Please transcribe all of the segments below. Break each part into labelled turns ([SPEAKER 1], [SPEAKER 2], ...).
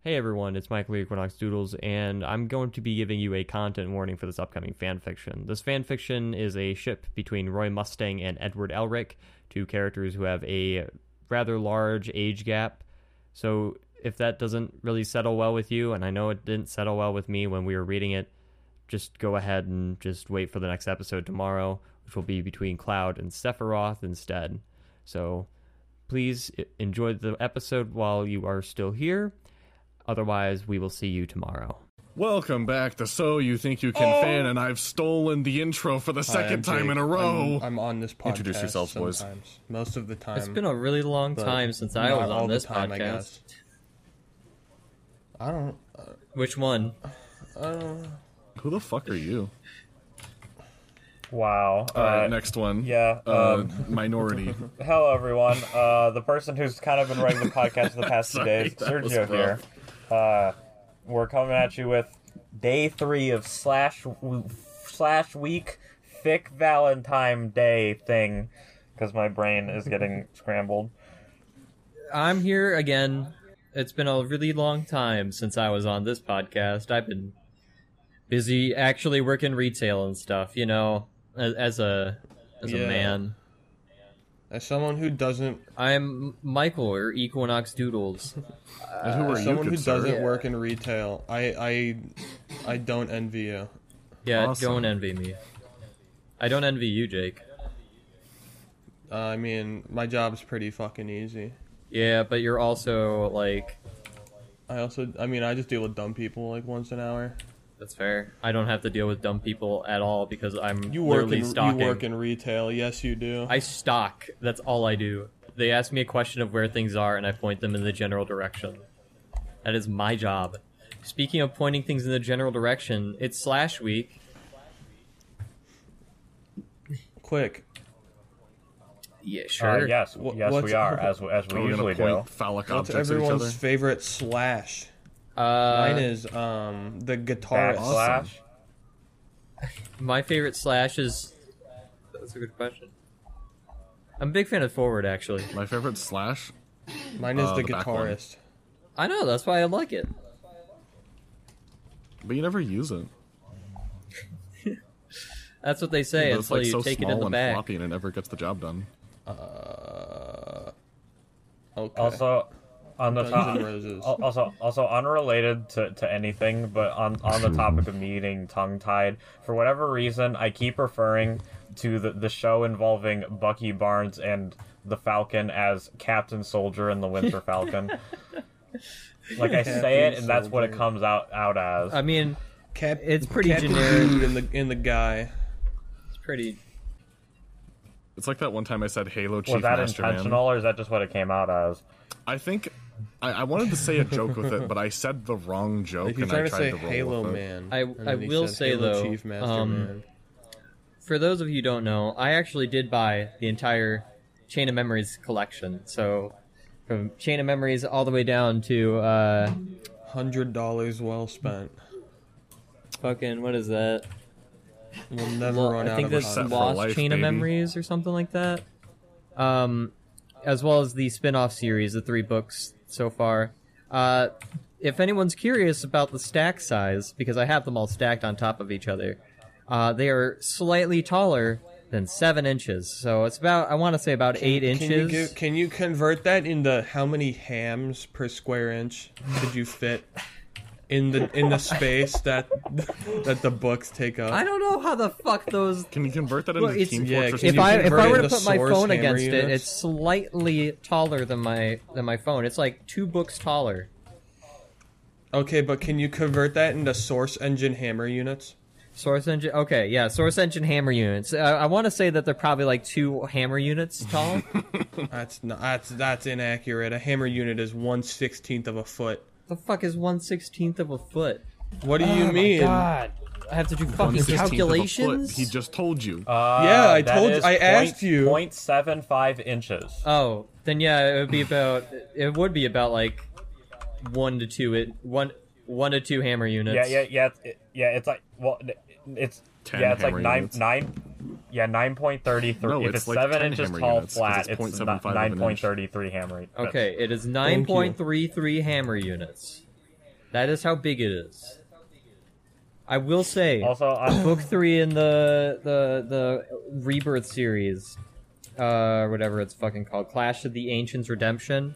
[SPEAKER 1] Hey everyone, it's Michael Equinox Doodles, and I'm going to be giving you a content warning for this upcoming fanfiction. This fanfiction is a ship between Roy Mustang and Edward Elric, two characters who have a rather large age gap. So if that doesn't really settle well with you, and I know it didn't settle well with me when we were reading it, just go ahead and just wait for the next episode tomorrow, which will be between Cloud and Sephiroth instead. So please e- enjoy the episode while you are still here. Otherwise, we will see you tomorrow.
[SPEAKER 2] Welcome back to So You Think You Can Fan, and I've stolen the intro for the
[SPEAKER 3] Hi, Oh. I'm
[SPEAKER 2] second time
[SPEAKER 3] Jake.
[SPEAKER 2] in a row.
[SPEAKER 3] I'm, I'm on this podcast.
[SPEAKER 2] Introduce yourselves, boys.
[SPEAKER 3] sometimes. Most of the time.
[SPEAKER 4] It's been a really long
[SPEAKER 3] but
[SPEAKER 4] time since I
[SPEAKER 3] not
[SPEAKER 4] was
[SPEAKER 3] all
[SPEAKER 4] on
[SPEAKER 3] the
[SPEAKER 4] this
[SPEAKER 3] time, I
[SPEAKER 4] podcast.
[SPEAKER 3] guess. I don't.
[SPEAKER 4] Which one?
[SPEAKER 2] Who the fuck are you?
[SPEAKER 5] Wow. Uh,
[SPEAKER 2] Alright, next one.
[SPEAKER 5] yeah,
[SPEAKER 2] Uh,
[SPEAKER 3] um,
[SPEAKER 2] minority.
[SPEAKER 5] hello, everyone. Uh, the person who's kind of been running the podcast for the past two days,
[SPEAKER 2] Sorry, that was
[SPEAKER 5] Sergio here. Uh, we're coming at you with day three of slash w- slash week thick Valentine Day thing because my brain is getting scrambled.
[SPEAKER 4] I'm here again. It's been a really long time since I was on this podcast. I've been busy actually working retail and stuff, you know, Uh, as, as a as a
[SPEAKER 3] Yeah.
[SPEAKER 4] man.
[SPEAKER 3] As someone who doesn't,
[SPEAKER 4] I'm Michael or Equinox Doodles.
[SPEAKER 2] And who are
[SPEAKER 3] as
[SPEAKER 2] you,
[SPEAKER 3] Uh, someone who
[SPEAKER 2] good sir?
[SPEAKER 3] doesn't work in retail, I, I, I don't envy you.
[SPEAKER 4] Yeah,
[SPEAKER 2] Awesome.
[SPEAKER 4] don't envy me. I don't envy you, Jake.
[SPEAKER 3] Uh, I mean, my job's pretty fucking easy.
[SPEAKER 4] Yeah, but you're also like
[SPEAKER 3] I also, I mean, I just deal with dumb people like once an hour.
[SPEAKER 4] that's fair. I don't have to deal with dumb people at all because I'm
[SPEAKER 3] You work
[SPEAKER 4] literally
[SPEAKER 3] in,
[SPEAKER 4] stocking.
[SPEAKER 3] you work in retail, yes, you do.
[SPEAKER 4] I stock. That's all I do. They ask me a question of where things are, and I point them in the general direction. That is my job. Speaking of pointing things in the general direction, it's slash week.
[SPEAKER 3] Quick,
[SPEAKER 4] Yeah,
[SPEAKER 5] Uh,
[SPEAKER 4] sure.
[SPEAKER 5] yes,
[SPEAKER 3] Wh-
[SPEAKER 5] yes,
[SPEAKER 3] what's-
[SPEAKER 5] we are as as
[SPEAKER 2] Are
[SPEAKER 5] we
[SPEAKER 2] we
[SPEAKER 5] usually
[SPEAKER 2] gonna
[SPEAKER 5] do.
[SPEAKER 2] point phallic
[SPEAKER 3] what's
[SPEAKER 2] objects at each other?
[SPEAKER 3] everyone's favorite slash? Mine
[SPEAKER 4] Uh,
[SPEAKER 3] is um the guitarist.
[SPEAKER 5] Backslash.
[SPEAKER 4] my favorite slash is. That's a good question. I'm a big fan of forward, actually.
[SPEAKER 2] My favorite slash?
[SPEAKER 3] Mine is
[SPEAKER 2] Uh,
[SPEAKER 3] the
[SPEAKER 2] the back one.
[SPEAKER 3] guitarist.
[SPEAKER 4] I know that's why I like it.
[SPEAKER 2] But you never use it.
[SPEAKER 4] That's what they say
[SPEAKER 2] But it's
[SPEAKER 4] until
[SPEAKER 2] like
[SPEAKER 4] you
[SPEAKER 2] so
[SPEAKER 4] take it
[SPEAKER 2] small
[SPEAKER 4] in the
[SPEAKER 2] and
[SPEAKER 4] back.
[SPEAKER 2] floppy and it never gets the job done.
[SPEAKER 3] Okay.
[SPEAKER 5] Also, on the
[SPEAKER 3] Guns
[SPEAKER 5] top,
[SPEAKER 3] N' Roses.
[SPEAKER 5] al- also also unrelated to, to anything, but on on the topic of me eating tongue tied, for whatever reason, I keep referring to the the show involving Bucky Barnes and the Falcon as Captain Soldier and the Winter Falcon. like I say it, and that's what it
[SPEAKER 3] Captain Soldier.
[SPEAKER 5] comes out out as.
[SPEAKER 4] I mean,
[SPEAKER 3] Cap-
[SPEAKER 4] It's pretty
[SPEAKER 3] Captain
[SPEAKER 4] generic.
[SPEAKER 3] Dude in the in the guy.
[SPEAKER 4] it's pretty.
[SPEAKER 2] It's like that one time I said Halo Chief
[SPEAKER 5] Was that
[SPEAKER 2] Master
[SPEAKER 5] intentional,
[SPEAKER 2] Man.
[SPEAKER 5] or is that just what it came out as?
[SPEAKER 2] I think I, I wanted to say a joke with it, but I said the wrong joke
[SPEAKER 3] If you're
[SPEAKER 2] and Oh, I
[SPEAKER 3] trying
[SPEAKER 2] tried
[SPEAKER 3] to say
[SPEAKER 2] roll
[SPEAKER 3] Halo
[SPEAKER 2] with it.
[SPEAKER 3] Man,
[SPEAKER 4] I-
[SPEAKER 3] and then
[SPEAKER 4] I
[SPEAKER 3] he
[SPEAKER 4] will
[SPEAKER 3] said
[SPEAKER 4] say,
[SPEAKER 3] Halo
[SPEAKER 4] though,
[SPEAKER 3] Chief Master
[SPEAKER 4] um,
[SPEAKER 3] Man.
[SPEAKER 4] for those of you who don't know, I actually did buy the entire Chain of Memories collection. So from Chain of Memories all the way down to uh
[SPEAKER 3] Hundred dollars well spent.
[SPEAKER 4] fucking what is that?
[SPEAKER 3] We'll never
[SPEAKER 4] Lo-
[SPEAKER 3] run
[SPEAKER 4] I
[SPEAKER 3] out
[SPEAKER 4] think
[SPEAKER 3] of
[SPEAKER 4] that's
[SPEAKER 2] Set
[SPEAKER 3] content.
[SPEAKER 2] for
[SPEAKER 4] Lost
[SPEAKER 2] Life,
[SPEAKER 4] Chain
[SPEAKER 2] baby.
[SPEAKER 4] of Memories or something like that. Um as well as the spin-off series, the three books so far. Uh if anyone's curious about the stack size, because I have them all stacked on top of each other, uh, they are slightly taller than seven inches. So it's about, I want to say about eight inches.
[SPEAKER 3] Can you, give, can you convert that into how many hams per square inch could you fit in the in the space that that the books take up?
[SPEAKER 4] I don't know how the fuck those.
[SPEAKER 2] Can you convert that into
[SPEAKER 4] Well, it's-
[SPEAKER 2] Team
[SPEAKER 3] Yeah,
[SPEAKER 2] Fortress?
[SPEAKER 3] can
[SPEAKER 4] If
[SPEAKER 3] you
[SPEAKER 4] I if
[SPEAKER 3] convert
[SPEAKER 4] I
[SPEAKER 3] it
[SPEAKER 4] were to
[SPEAKER 3] into
[SPEAKER 4] put my
[SPEAKER 3] source
[SPEAKER 4] phone
[SPEAKER 3] hammer
[SPEAKER 4] against it,
[SPEAKER 3] units?
[SPEAKER 4] it's slightly taller than my than my phone. It's like two books taller.
[SPEAKER 3] Okay, but can you convert that into source engine hammer units?
[SPEAKER 4] Source engine. Okay, yeah, source engine hammer units. Uh, I want to say that they're probably like two hammer units tall.
[SPEAKER 3] That's not, that's that's inaccurate. A hammer unit is one sixteenth of a foot.
[SPEAKER 4] the fuck is one sixteenth of a foot?
[SPEAKER 3] What do
[SPEAKER 4] Oh
[SPEAKER 3] you mean?
[SPEAKER 4] I have to do
[SPEAKER 2] One
[SPEAKER 4] fucking
[SPEAKER 2] 16th of a foot.
[SPEAKER 4] calculations.
[SPEAKER 2] He just told you.
[SPEAKER 5] Uh,
[SPEAKER 3] Yeah, I
[SPEAKER 5] that
[SPEAKER 3] told-
[SPEAKER 5] is
[SPEAKER 3] I
[SPEAKER 5] point-
[SPEAKER 3] asked you.
[SPEAKER 5] 0.75 inches.
[SPEAKER 4] Oh, then yeah, it would be about. It would be about like one to two. It one one to two hammer units.
[SPEAKER 5] Yeah, yeah, yeah, it's, it- yeah. It's like well, it- it's
[SPEAKER 2] Ten
[SPEAKER 5] yeah, it's like
[SPEAKER 2] hammer
[SPEAKER 5] nine
[SPEAKER 2] units.
[SPEAKER 5] nine. Yeah, nine point thirty three.
[SPEAKER 2] No,
[SPEAKER 5] if
[SPEAKER 2] it's
[SPEAKER 5] it's
[SPEAKER 2] like
[SPEAKER 5] seven
[SPEAKER 2] 10
[SPEAKER 5] inches
[SPEAKER 2] hammer
[SPEAKER 5] tall
[SPEAKER 2] units, 'cause
[SPEAKER 5] flat,
[SPEAKER 2] it's
[SPEAKER 5] it's,
[SPEAKER 2] 0.75 of an
[SPEAKER 5] nine
[SPEAKER 2] inch.
[SPEAKER 5] point thirty three hammer.
[SPEAKER 4] Okay, it is
[SPEAKER 3] you.
[SPEAKER 4] 9.33 hammer units. That is how big it is. I will say,
[SPEAKER 5] Also, on,
[SPEAKER 4] book three in the the the Rebirth series, uh, whatever it's fucking called, Clash of the Ancients Redemption,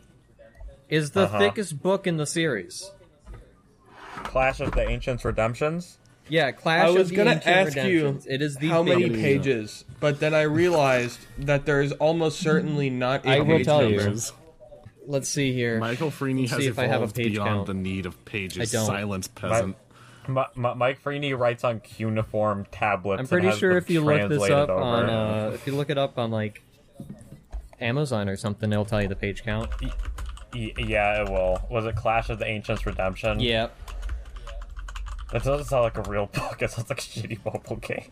[SPEAKER 4] is the
[SPEAKER 5] Uh-huh.
[SPEAKER 4] thickest book in the series.
[SPEAKER 5] Clash of the Ancients Redemptions.
[SPEAKER 4] Yeah, Clash.
[SPEAKER 3] I was
[SPEAKER 4] of the
[SPEAKER 3] gonna
[SPEAKER 4] Ancient
[SPEAKER 3] ask you
[SPEAKER 4] Redemptions. It is the
[SPEAKER 3] how many
[SPEAKER 4] biggest.
[SPEAKER 3] pages, but then I realized that there is almost certainly not.
[SPEAKER 4] I
[SPEAKER 3] a
[SPEAKER 4] will
[SPEAKER 3] page
[SPEAKER 4] tell you.
[SPEAKER 3] number.
[SPEAKER 4] Let's see here.
[SPEAKER 2] Michael Freeney has
[SPEAKER 4] see if I
[SPEAKER 2] evolved
[SPEAKER 4] have a page
[SPEAKER 2] beyond
[SPEAKER 4] count.
[SPEAKER 2] the need of pages.
[SPEAKER 4] I don't.
[SPEAKER 2] Silence peasant.
[SPEAKER 5] Mi- Mi- Mike Freeney writes on cuneiform tablets.
[SPEAKER 4] I'm
[SPEAKER 5] and
[SPEAKER 4] pretty
[SPEAKER 5] has
[SPEAKER 4] sure
[SPEAKER 5] them
[SPEAKER 4] if you look this
[SPEAKER 5] translated
[SPEAKER 4] up
[SPEAKER 5] over.
[SPEAKER 4] on uh, if you look it up on like Amazon or something, it'll tell you the page count.
[SPEAKER 5] Y- yeah, it will. Was it Clash of the Ancients Redemption?
[SPEAKER 4] Yeah.
[SPEAKER 5] That doesn't sound like a real book. It sounds like a shitty mobile game.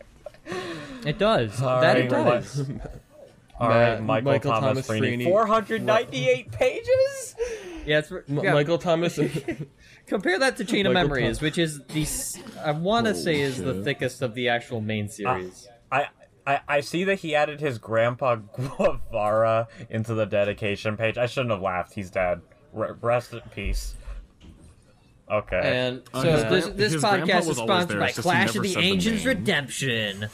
[SPEAKER 4] It does.
[SPEAKER 5] All
[SPEAKER 4] that
[SPEAKER 5] right,
[SPEAKER 4] it
[SPEAKER 5] well,
[SPEAKER 4] does.
[SPEAKER 5] All right,
[SPEAKER 3] Matt-
[SPEAKER 5] Michael,
[SPEAKER 3] Michael
[SPEAKER 5] Thomas,
[SPEAKER 3] Thomas
[SPEAKER 5] Freeney.
[SPEAKER 3] Freeney.
[SPEAKER 5] 498 pages?
[SPEAKER 4] Yeah, it's,
[SPEAKER 3] M-
[SPEAKER 4] yeah,
[SPEAKER 3] Michael Thomas.
[SPEAKER 4] Compare that to Chain of
[SPEAKER 3] Michael
[SPEAKER 4] Memories, which is the s- I want to say is the
[SPEAKER 2] shit.
[SPEAKER 4] thickest of the actual main series.
[SPEAKER 5] I, I I see that he added his grandpa Guevara into the dedication page. I shouldn't have laughed. He's dead. R- rest in peace. Okay.
[SPEAKER 4] and so
[SPEAKER 2] Uh, his
[SPEAKER 4] this,
[SPEAKER 2] gran-
[SPEAKER 4] this
[SPEAKER 2] his grandpa
[SPEAKER 4] podcast
[SPEAKER 2] was
[SPEAKER 4] is
[SPEAKER 2] always
[SPEAKER 4] sponsored
[SPEAKER 2] there,
[SPEAKER 4] by
[SPEAKER 2] it's just he
[SPEAKER 4] Clash of
[SPEAKER 2] never
[SPEAKER 4] the
[SPEAKER 2] said the
[SPEAKER 4] Ancients
[SPEAKER 2] name.
[SPEAKER 4] Redemption.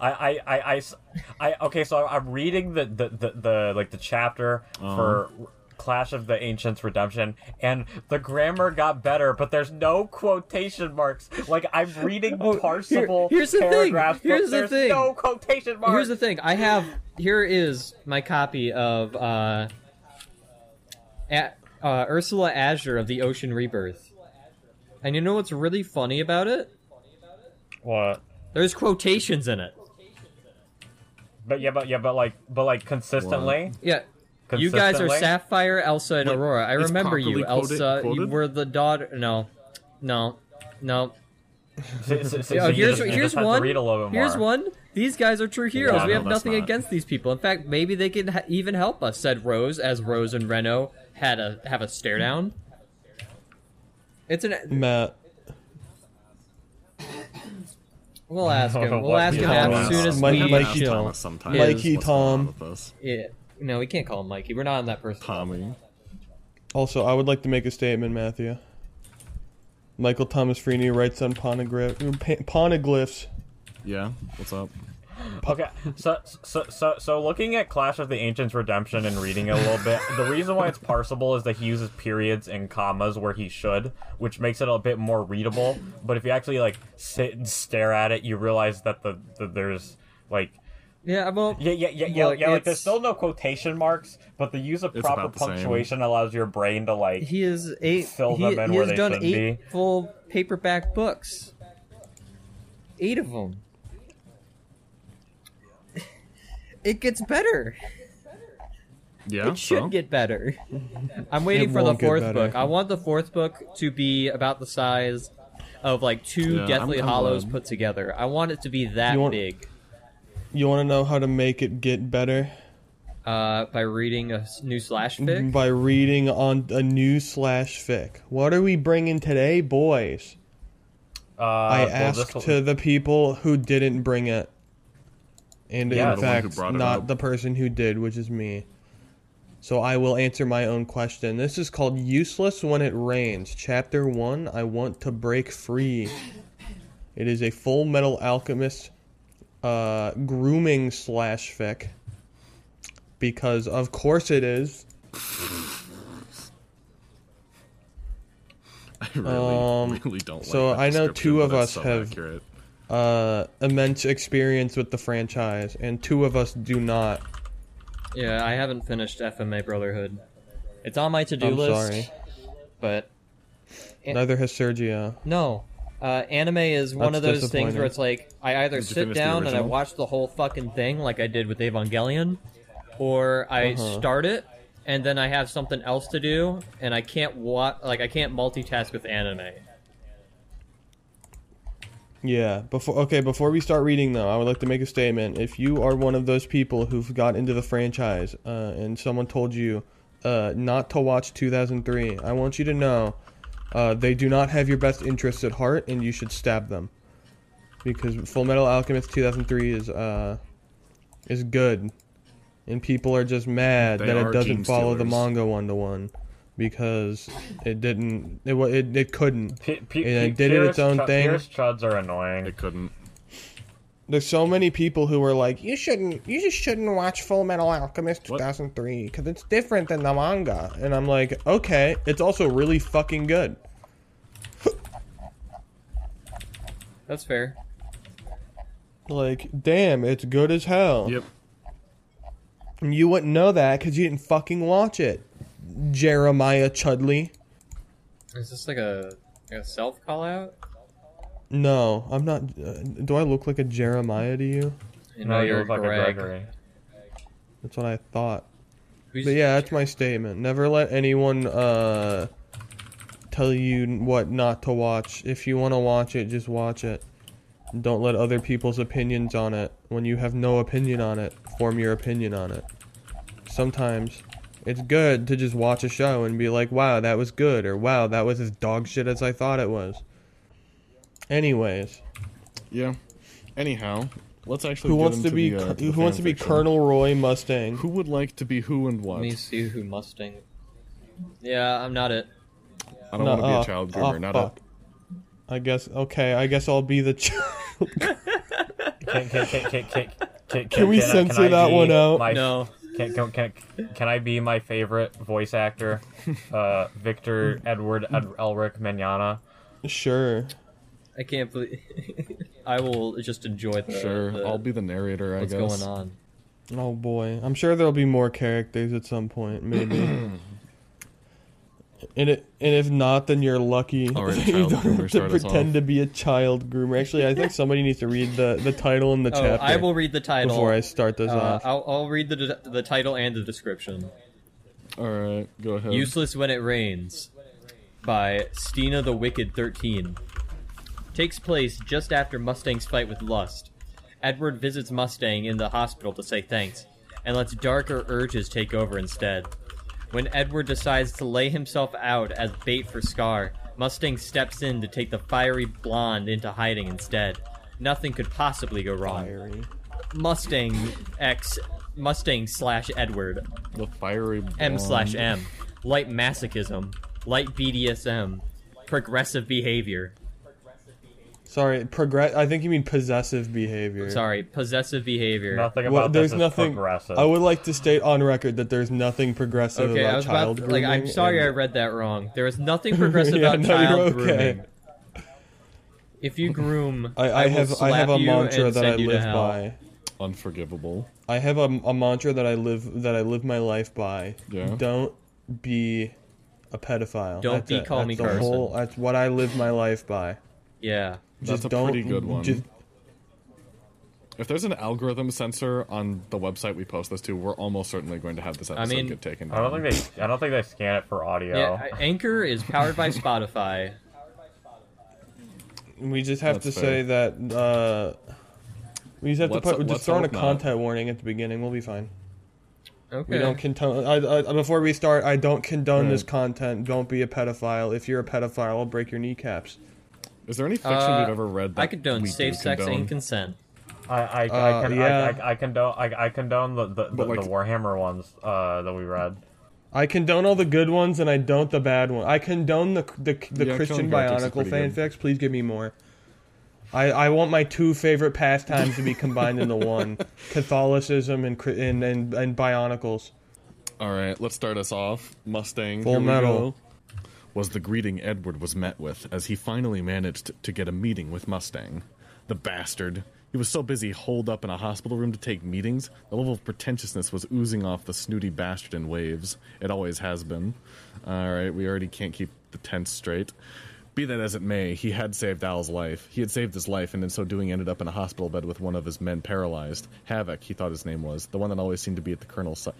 [SPEAKER 5] I, I, I, I s- I- okay, so I'm reading the, the, the, the like the chapter for
[SPEAKER 4] Uh-huh.
[SPEAKER 5] Clash of the Ancients Redemption, and the grammar got better, but there's no quotation marks. Like I'm reading parsable
[SPEAKER 4] Oh, here- here's the thing,
[SPEAKER 5] paragraphs,
[SPEAKER 4] here's
[SPEAKER 5] but
[SPEAKER 4] the
[SPEAKER 5] there's
[SPEAKER 4] thing.
[SPEAKER 5] no quotation marks.
[SPEAKER 4] Here's the thing: I have here is my copy of uh, A- uh, Ursula Azure of the Ocean Rebirth, and you know what's really funny about it?
[SPEAKER 5] what?
[SPEAKER 4] There's quotations in it.
[SPEAKER 5] But yeah, but yeah, but like, but like consistently.
[SPEAKER 4] Yeah, You guys are
[SPEAKER 5] consistently?
[SPEAKER 4] Sapphire, Elsa, and
[SPEAKER 2] Wait,
[SPEAKER 4] Aurora. I
[SPEAKER 2] it's
[SPEAKER 4] remember
[SPEAKER 2] properly
[SPEAKER 4] you,
[SPEAKER 2] quoted-
[SPEAKER 4] Elsa. You
[SPEAKER 2] quoted?
[SPEAKER 4] were the daughter. No, no, no.
[SPEAKER 5] So, so- so-
[SPEAKER 4] Oh,
[SPEAKER 5] so you
[SPEAKER 4] here's
[SPEAKER 5] just- you
[SPEAKER 4] here's
[SPEAKER 5] just have to
[SPEAKER 4] one.
[SPEAKER 5] read a little bit
[SPEAKER 4] Here's
[SPEAKER 5] more.
[SPEAKER 4] one. These guys are true heroes.
[SPEAKER 2] Yeah,
[SPEAKER 4] we
[SPEAKER 2] no,
[SPEAKER 4] have
[SPEAKER 2] that's
[SPEAKER 4] nothing
[SPEAKER 2] not.
[SPEAKER 4] against these people. In fact, maybe they can ha- even help us," said Rose, as Rose and Reno had a have a stare down. It's an.
[SPEAKER 3] Matt.
[SPEAKER 4] We'll ask him. We'll
[SPEAKER 5] What
[SPEAKER 4] ask
[SPEAKER 5] the
[SPEAKER 4] him
[SPEAKER 5] hell
[SPEAKER 4] as
[SPEAKER 5] is
[SPEAKER 4] soon as
[SPEAKER 3] Mike-
[SPEAKER 4] we.
[SPEAKER 3] Mike-
[SPEAKER 2] Thomas
[SPEAKER 3] Mikey
[SPEAKER 2] Thomas sometimes
[SPEAKER 3] Mikey
[SPEAKER 2] What's going on
[SPEAKER 3] Tom.
[SPEAKER 2] with us?
[SPEAKER 4] Yeah. No, we can't call him Mikey. We're not on that person.
[SPEAKER 2] Tommy.
[SPEAKER 3] Also, I would like to make a statement, Matthew. Michael Thomas Freeney writes on poneglyph- pa- poneglyphs.
[SPEAKER 2] Yeah. What's up?
[SPEAKER 5] Okay, so so so so looking at Clash of the Ancients Redemption and reading it a little bit, the reason why it's parsable is that he uses periods and commas where he should, which makes it a bit more readable. But if you actually like sit and stare at it, you realize that the, the there's like
[SPEAKER 4] Yeah. Well.
[SPEAKER 5] yeah yeah yeah yeah,
[SPEAKER 4] Look,
[SPEAKER 5] yeah like there's
[SPEAKER 4] it's-
[SPEAKER 5] still no quotation marks, but the use of
[SPEAKER 2] It's
[SPEAKER 5] proper
[SPEAKER 2] about the same.
[SPEAKER 5] punctuation allows your brain to like
[SPEAKER 4] He is eight.
[SPEAKER 5] Fill
[SPEAKER 4] he,
[SPEAKER 5] them in
[SPEAKER 4] he
[SPEAKER 5] where
[SPEAKER 4] has
[SPEAKER 5] they
[SPEAKER 4] done
[SPEAKER 5] should be.
[SPEAKER 4] eight full paperback books. Eight of them. It gets better.
[SPEAKER 2] Yeah.
[SPEAKER 4] it should
[SPEAKER 2] so?
[SPEAKER 4] get better. I'm waiting
[SPEAKER 3] It
[SPEAKER 4] for the
[SPEAKER 3] won't get
[SPEAKER 4] fourth
[SPEAKER 3] better.
[SPEAKER 4] book. I want the fourth book to be about the size of like two
[SPEAKER 2] Yeah,
[SPEAKER 4] Deathly
[SPEAKER 2] I'm- I'm
[SPEAKER 4] Hollows
[SPEAKER 2] glad.
[SPEAKER 4] put together. I want it to be that
[SPEAKER 3] You want-
[SPEAKER 4] big
[SPEAKER 3] You want to know how to make it get better
[SPEAKER 4] uh, by reading a s- new slash fic.
[SPEAKER 3] by reading on a new slash fic. What are we bringing today, boys?
[SPEAKER 5] uh,
[SPEAKER 3] I
[SPEAKER 5] well,
[SPEAKER 3] asked
[SPEAKER 5] this'll-
[SPEAKER 3] to the people who didn't bring it, and
[SPEAKER 5] Yeah,
[SPEAKER 3] in
[SPEAKER 5] the one
[SPEAKER 2] who
[SPEAKER 3] fact,
[SPEAKER 2] brought it
[SPEAKER 3] not
[SPEAKER 2] up.
[SPEAKER 3] the person who did, which is me. So I will answer my own question. This is called "Useless When It Rains," Chapter One. I want to break free. It is a Full Metal Alchemist uh, grooming slash fic because, of course, it is.
[SPEAKER 2] I really,
[SPEAKER 3] Um,
[SPEAKER 2] really don't.
[SPEAKER 3] so
[SPEAKER 2] like that
[SPEAKER 3] I know
[SPEAKER 2] description,
[SPEAKER 3] two
[SPEAKER 2] but
[SPEAKER 3] of
[SPEAKER 2] that's so
[SPEAKER 3] us have-
[SPEAKER 2] Accurate.
[SPEAKER 3] Uh, immense experience with the franchise, and two of us do not. Mm-hmm.
[SPEAKER 4] Yeah, I haven't finished FMA Brotherhood. It's on my to-do
[SPEAKER 3] I'm
[SPEAKER 4] list,
[SPEAKER 3] sorry.
[SPEAKER 4] but
[SPEAKER 3] Neither has Sergio.
[SPEAKER 4] No. Uh, anime is one
[SPEAKER 3] That's
[SPEAKER 4] of those things where
[SPEAKER 3] disappointing.
[SPEAKER 4] it's like I either
[SPEAKER 2] Did you
[SPEAKER 4] sit
[SPEAKER 2] finish the
[SPEAKER 4] down and I
[SPEAKER 2] original?
[SPEAKER 4] watch the whole fucking thing like I did with Evangelion, or I start it and then I have something else to do and I can't wa- like I can't multitask with anime.
[SPEAKER 3] Yeah. Before okay, before we start reading though, I would like to make a statement. If you are one of those people who've got into the franchise uh, and someone told you uh, not to watch 2003, I want you to know uh, they do not have your best interests at heart, and you should stab them. Because Full Metal Alchemist 2003 is uh, is good, and people are just mad
[SPEAKER 2] They
[SPEAKER 3] that
[SPEAKER 2] are
[SPEAKER 3] it doesn't
[SPEAKER 2] team
[SPEAKER 3] follow the
[SPEAKER 2] stealers.
[SPEAKER 3] manga one to one. because it didn't. It wa- it, it couldn't.
[SPEAKER 5] P- P-
[SPEAKER 3] And it
[SPEAKER 5] P-
[SPEAKER 3] did it its own
[SPEAKER 5] Chud-
[SPEAKER 3] thing.
[SPEAKER 5] Pierce chuds are annoying.
[SPEAKER 2] It couldn't.
[SPEAKER 3] There's so many people who are like, you shouldn't, you just shouldn't watch Full Metal Alchemist
[SPEAKER 2] What?
[SPEAKER 3] 2003 because it's different than the manga. And I'm like, okay, it's also really fucking good.
[SPEAKER 4] That's fair.
[SPEAKER 3] Like, damn, it's good as hell.
[SPEAKER 2] Yep.
[SPEAKER 3] And you wouldn't know that because you didn't fucking watch it, Jeremiah Chudley.
[SPEAKER 4] Is this like a, like a self call out?
[SPEAKER 3] No, I'm not. Uh, do I look like a Jeremiah to you?
[SPEAKER 4] You
[SPEAKER 5] No, you look like
[SPEAKER 4] Greg.
[SPEAKER 5] Oh, a Gregory.
[SPEAKER 3] That's what I thought.
[SPEAKER 4] Who's-
[SPEAKER 3] But yeah, that's my statement. Never let anyone uh tell you what not to watch. If you want to watch it, just watch it. Don't let other people's opinions on it. When you have no opinion on it, form your opinion on it. Sometimes it's good to just watch a show and be like, "Wow, that was good," or "Wow, that was as dog shit as I thought it was." Anyways,
[SPEAKER 2] Yeah. Anyhow, let's actually.
[SPEAKER 3] who
[SPEAKER 2] get
[SPEAKER 3] wants to
[SPEAKER 2] into
[SPEAKER 3] be
[SPEAKER 2] the, uh,
[SPEAKER 3] Col-
[SPEAKER 2] the
[SPEAKER 3] who wants to be
[SPEAKER 2] fanfiction.
[SPEAKER 3] Colonel Roy Mustang?
[SPEAKER 2] Who would like to be who and what?
[SPEAKER 4] Let me see who Mustang. Yeah, I'm not it.
[SPEAKER 2] I don't
[SPEAKER 3] No,
[SPEAKER 2] want to be
[SPEAKER 3] oh,
[SPEAKER 2] a child
[SPEAKER 3] oh,
[SPEAKER 2] groomer. not a.
[SPEAKER 3] fuck. I guess okay. I guess I'll be the. Ch-
[SPEAKER 5] Can, can, can, can, can, can,
[SPEAKER 3] we
[SPEAKER 5] I-
[SPEAKER 3] censor
[SPEAKER 5] I
[SPEAKER 3] that
[SPEAKER 5] be
[SPEAKER 3] one out?
[SPEAKER 5] My,
[SPEAKER 4] No.
[SPEAKER 5] Can, can, can, can I be my favorite voice actor, uh, Victor Edward Ed- Elric Manana?
[SPEAKER 3] sure.
[SPEAKER 4] I can't believe. I will just enjoy the.
[SPEAKER 2] Sure,
[SPEAKER 4] the-
[SPEAKER 2] I'll be the narrator. I
[SPEAKER 4] What's
[SPEAKER 2] guess.
[SPEAKER 4] going on?
[SPEAKER 3] Oh boy, I'm sure there'll be more characters at some point, maybe. and it, and if not, then you're lucky.
[SPEAKER 2] All right,
[SPEAKER 3] you
[SPEAKER 2] child
[SPEAKER 3] don't
[SPEAKER 2] groomer,
[SPEAKER 3] have to
[SPEAKER 2] start us
[SPEAKER 3] pretend
[SPEAKER 2] off.
[SPEAKER 3] to be a child groomer. Actually, I think somebody needs to read the the title in the
[SPEAKER 4] Oh,
[SPEAKER 3] chapter
[SPEAKER 4] I will read the title.
[SPEAKER 3] before I start this
[SPEAKER 4] uh,
[SPEAKER 3] off.
[SPEAKER 4] I'll, I'll read the de- the title and the description.
[SPEAKER 2] All right, go ahead.
[SPEAKER 4] Useless When It Rains by Stina the Wicked 13. Takes place just after Mustang's fight with Lust. Edward visits Mustang in the hospital to say thanks, and lets darker urges take over instead. When Edward decides to lay himself out as bait for Scar, Mustang steps in to take the fiery blonde into hiding instead. Nothing could possibly go wrong.
[SPEAKER 3] Fiery.
[SPEAKER 4] Mustang X Mustang slash Edward
[SPEAKER 2] the fiery
[SPEAKER 4] M
[SPEAKER 2] blonde.
[SPEAKER 4] slash M. Light masochism. Light BDSM. Progressive behavior.
[SPEAKER 3] Sorry, progress. I think you mean possessive behavior.
[SPEAKER 4] Sorry, possessive behavior.
[SPEAKER 5] Nothing about
[SPEAKER 3] Well,
[SPEAKER 5] this
[SPEAKER 3] there's
[SPEAKER 5] is
[SPEAKER 3] nothing.
[SPEAKER 5] progressive.
[SPEAKER 3] I would like to state on record that there's nothing progressive
[SPEAKER 4] Okay,
[SPEAKER 3] about
[SPEAKER 4] I was about
[SPEAKER 3] child
[SPEAKER 4] to, like
[SPEAKER 3] grooming.
[SPEAKER 4] I'm sorry I
[SPEAKER 3] and-
[SPEAKER 4] read that wrong. There is nothing progressive
[SPEAKER 3] Yeah,
[SPEAKER 4] about
[SPEAKER 3] no, you're
[SPEAKER 4] child
[SPEAKER 3] okay.
[SPEAKER 4] grooming. If you groom,
[SPEAKER 3] I, I,
[SPEAKER 4] will
[SPEAKER 3] have I
[SPEAKER 4] slap
[SPEAKER 3] have a
[SPEAKER 4] you
[SPEAKER 3] mantra
[SPEAKER 4] and
[SPEAKER 3] that
[SPEAKER 4] send
[SPEAKER 3] I
[SPEAKER 4] you to
[SPEAKER 3] live
[SPEAKER 4] hell.
[SPEAKER 3] by.
[SPEAKER 2] Unforgivable.
[SPEAKER 3] I have a, a mantra that I live that I live my life by.
[SPEAKER 2] Yeah.
[SPEAKER 3] Don't be a pedophile.
[SPEAKER 4] Don't
[SPEAKER 3] That's
[SPEAKER 4] be
[SPEAKER 3] it.
[SPEAKER 4] call
[SPEAKER 3] that's
[SPEAKER 4] me
[SPEAKER 3] the
[SPEAKER 4] Carson.
[SPEAKER 3] Whole, that's what I live my life by.
[SPEAKER 4] Yeah,
[SPEAKER 3] Just
[SPEAKER 2] That's a
[SPEAKER 3] don't,
[SPEAKER 2] pretty good one.
[SPEAKER 3] Just,
[SPEAKER 2] If there's an algorithm sensor on the website we post this to, we're almost certainly going to have this episode
[SPEAKER 4] mean, uh,
[SPEAKER 2] get taken
[SPEAKER 5] I
[SPEAKER 2] down.
[SPEAKER 5] don't think they. I don't think they scan it for audio.
[SPEAKER 4] yeah. I- Anchor is powered by Spotify.
[SPEAKER 3] we just have
[SPEAKER 2] That's
[SPEAKER 3] to say that. Uh, we just have
[SPEAKER 2] Let's-
[SPEAKER 3] to put
[SPEAKER 2] let's
[SPEAKER 3] just throw in a
[SPEAKER 2] hope not.
[SPEAKER 3] content warning at the beginning. We'll be fine.
[SPEAKER 4] Okay.
[SPEAKER 3] We don't condone. I, I, before we start, I don't condone this
[SPEAKER 2] Right.
[SPEAKER 3] content. Don't be a pedophile. If you're a pedophile, I'll break your kneecaps.
[SPEAKER 2] Is there any fiction
[SPEAKER 4] Uh,
[SPEAKER 2] we've ever read that
[SPEAKER 4] I condone
[SPEAKER 2] we
[SPEAKER 4] safe
[SPEAKER 2] do
[SPEAKER 4] sex
[SPEAKER 2] condone?
[SPEAKER 4] and consent.
[SPEAKER 5] I I, I,
[SPEAKER 3] Uh,
[SPEAKER 5] can,
[SPEAKER 3] yeah.
[SPEAKER 5] I, I, I condone I, I condone the the, the,
[SPEAKER 2] But, like-
[SPEAKER 5] the Warhammer ones uh, that we read.
[SPEAKER 3] I condone all the good ones and I don't the bad one. I condone the the, the
[SPEAKER 2] Yeah,
[SPEAKER 3] Christian
[SPEAKER 2] Killing Dark is
[SPEAKER 3] Bionicle
[SPEAKER 2] pretty good.
[SPEAKER 3] fanfics. Please give me more. I, I want my two favorite pastimes to be combined into one: Catholicism and Chri- and and, and Bionicles.
[SPEAKER 2] All right, let's start us off. Mustang.
[SPEAKER 3] Full
[SPEAKER 2] here we
[SPEAKER 3] metal.
[SPEAKER 2] go. Was the greeting Edward was met with as he finally managed to get a meeting with Mustang. The bastard. He was so busy holed up in a hospital room to take meetings, the level of pretentiousness was oozing off the snooty bastard in waves. It always has been. All right, we already can't keep the tense straight. Be that as it may, he had saved Al's life. He had saved his life, and in so doing, ended up in a hospital bed with one of his men paralyzed. Havoc, he thought his name was, the one that always seemed to be at the colonel's side.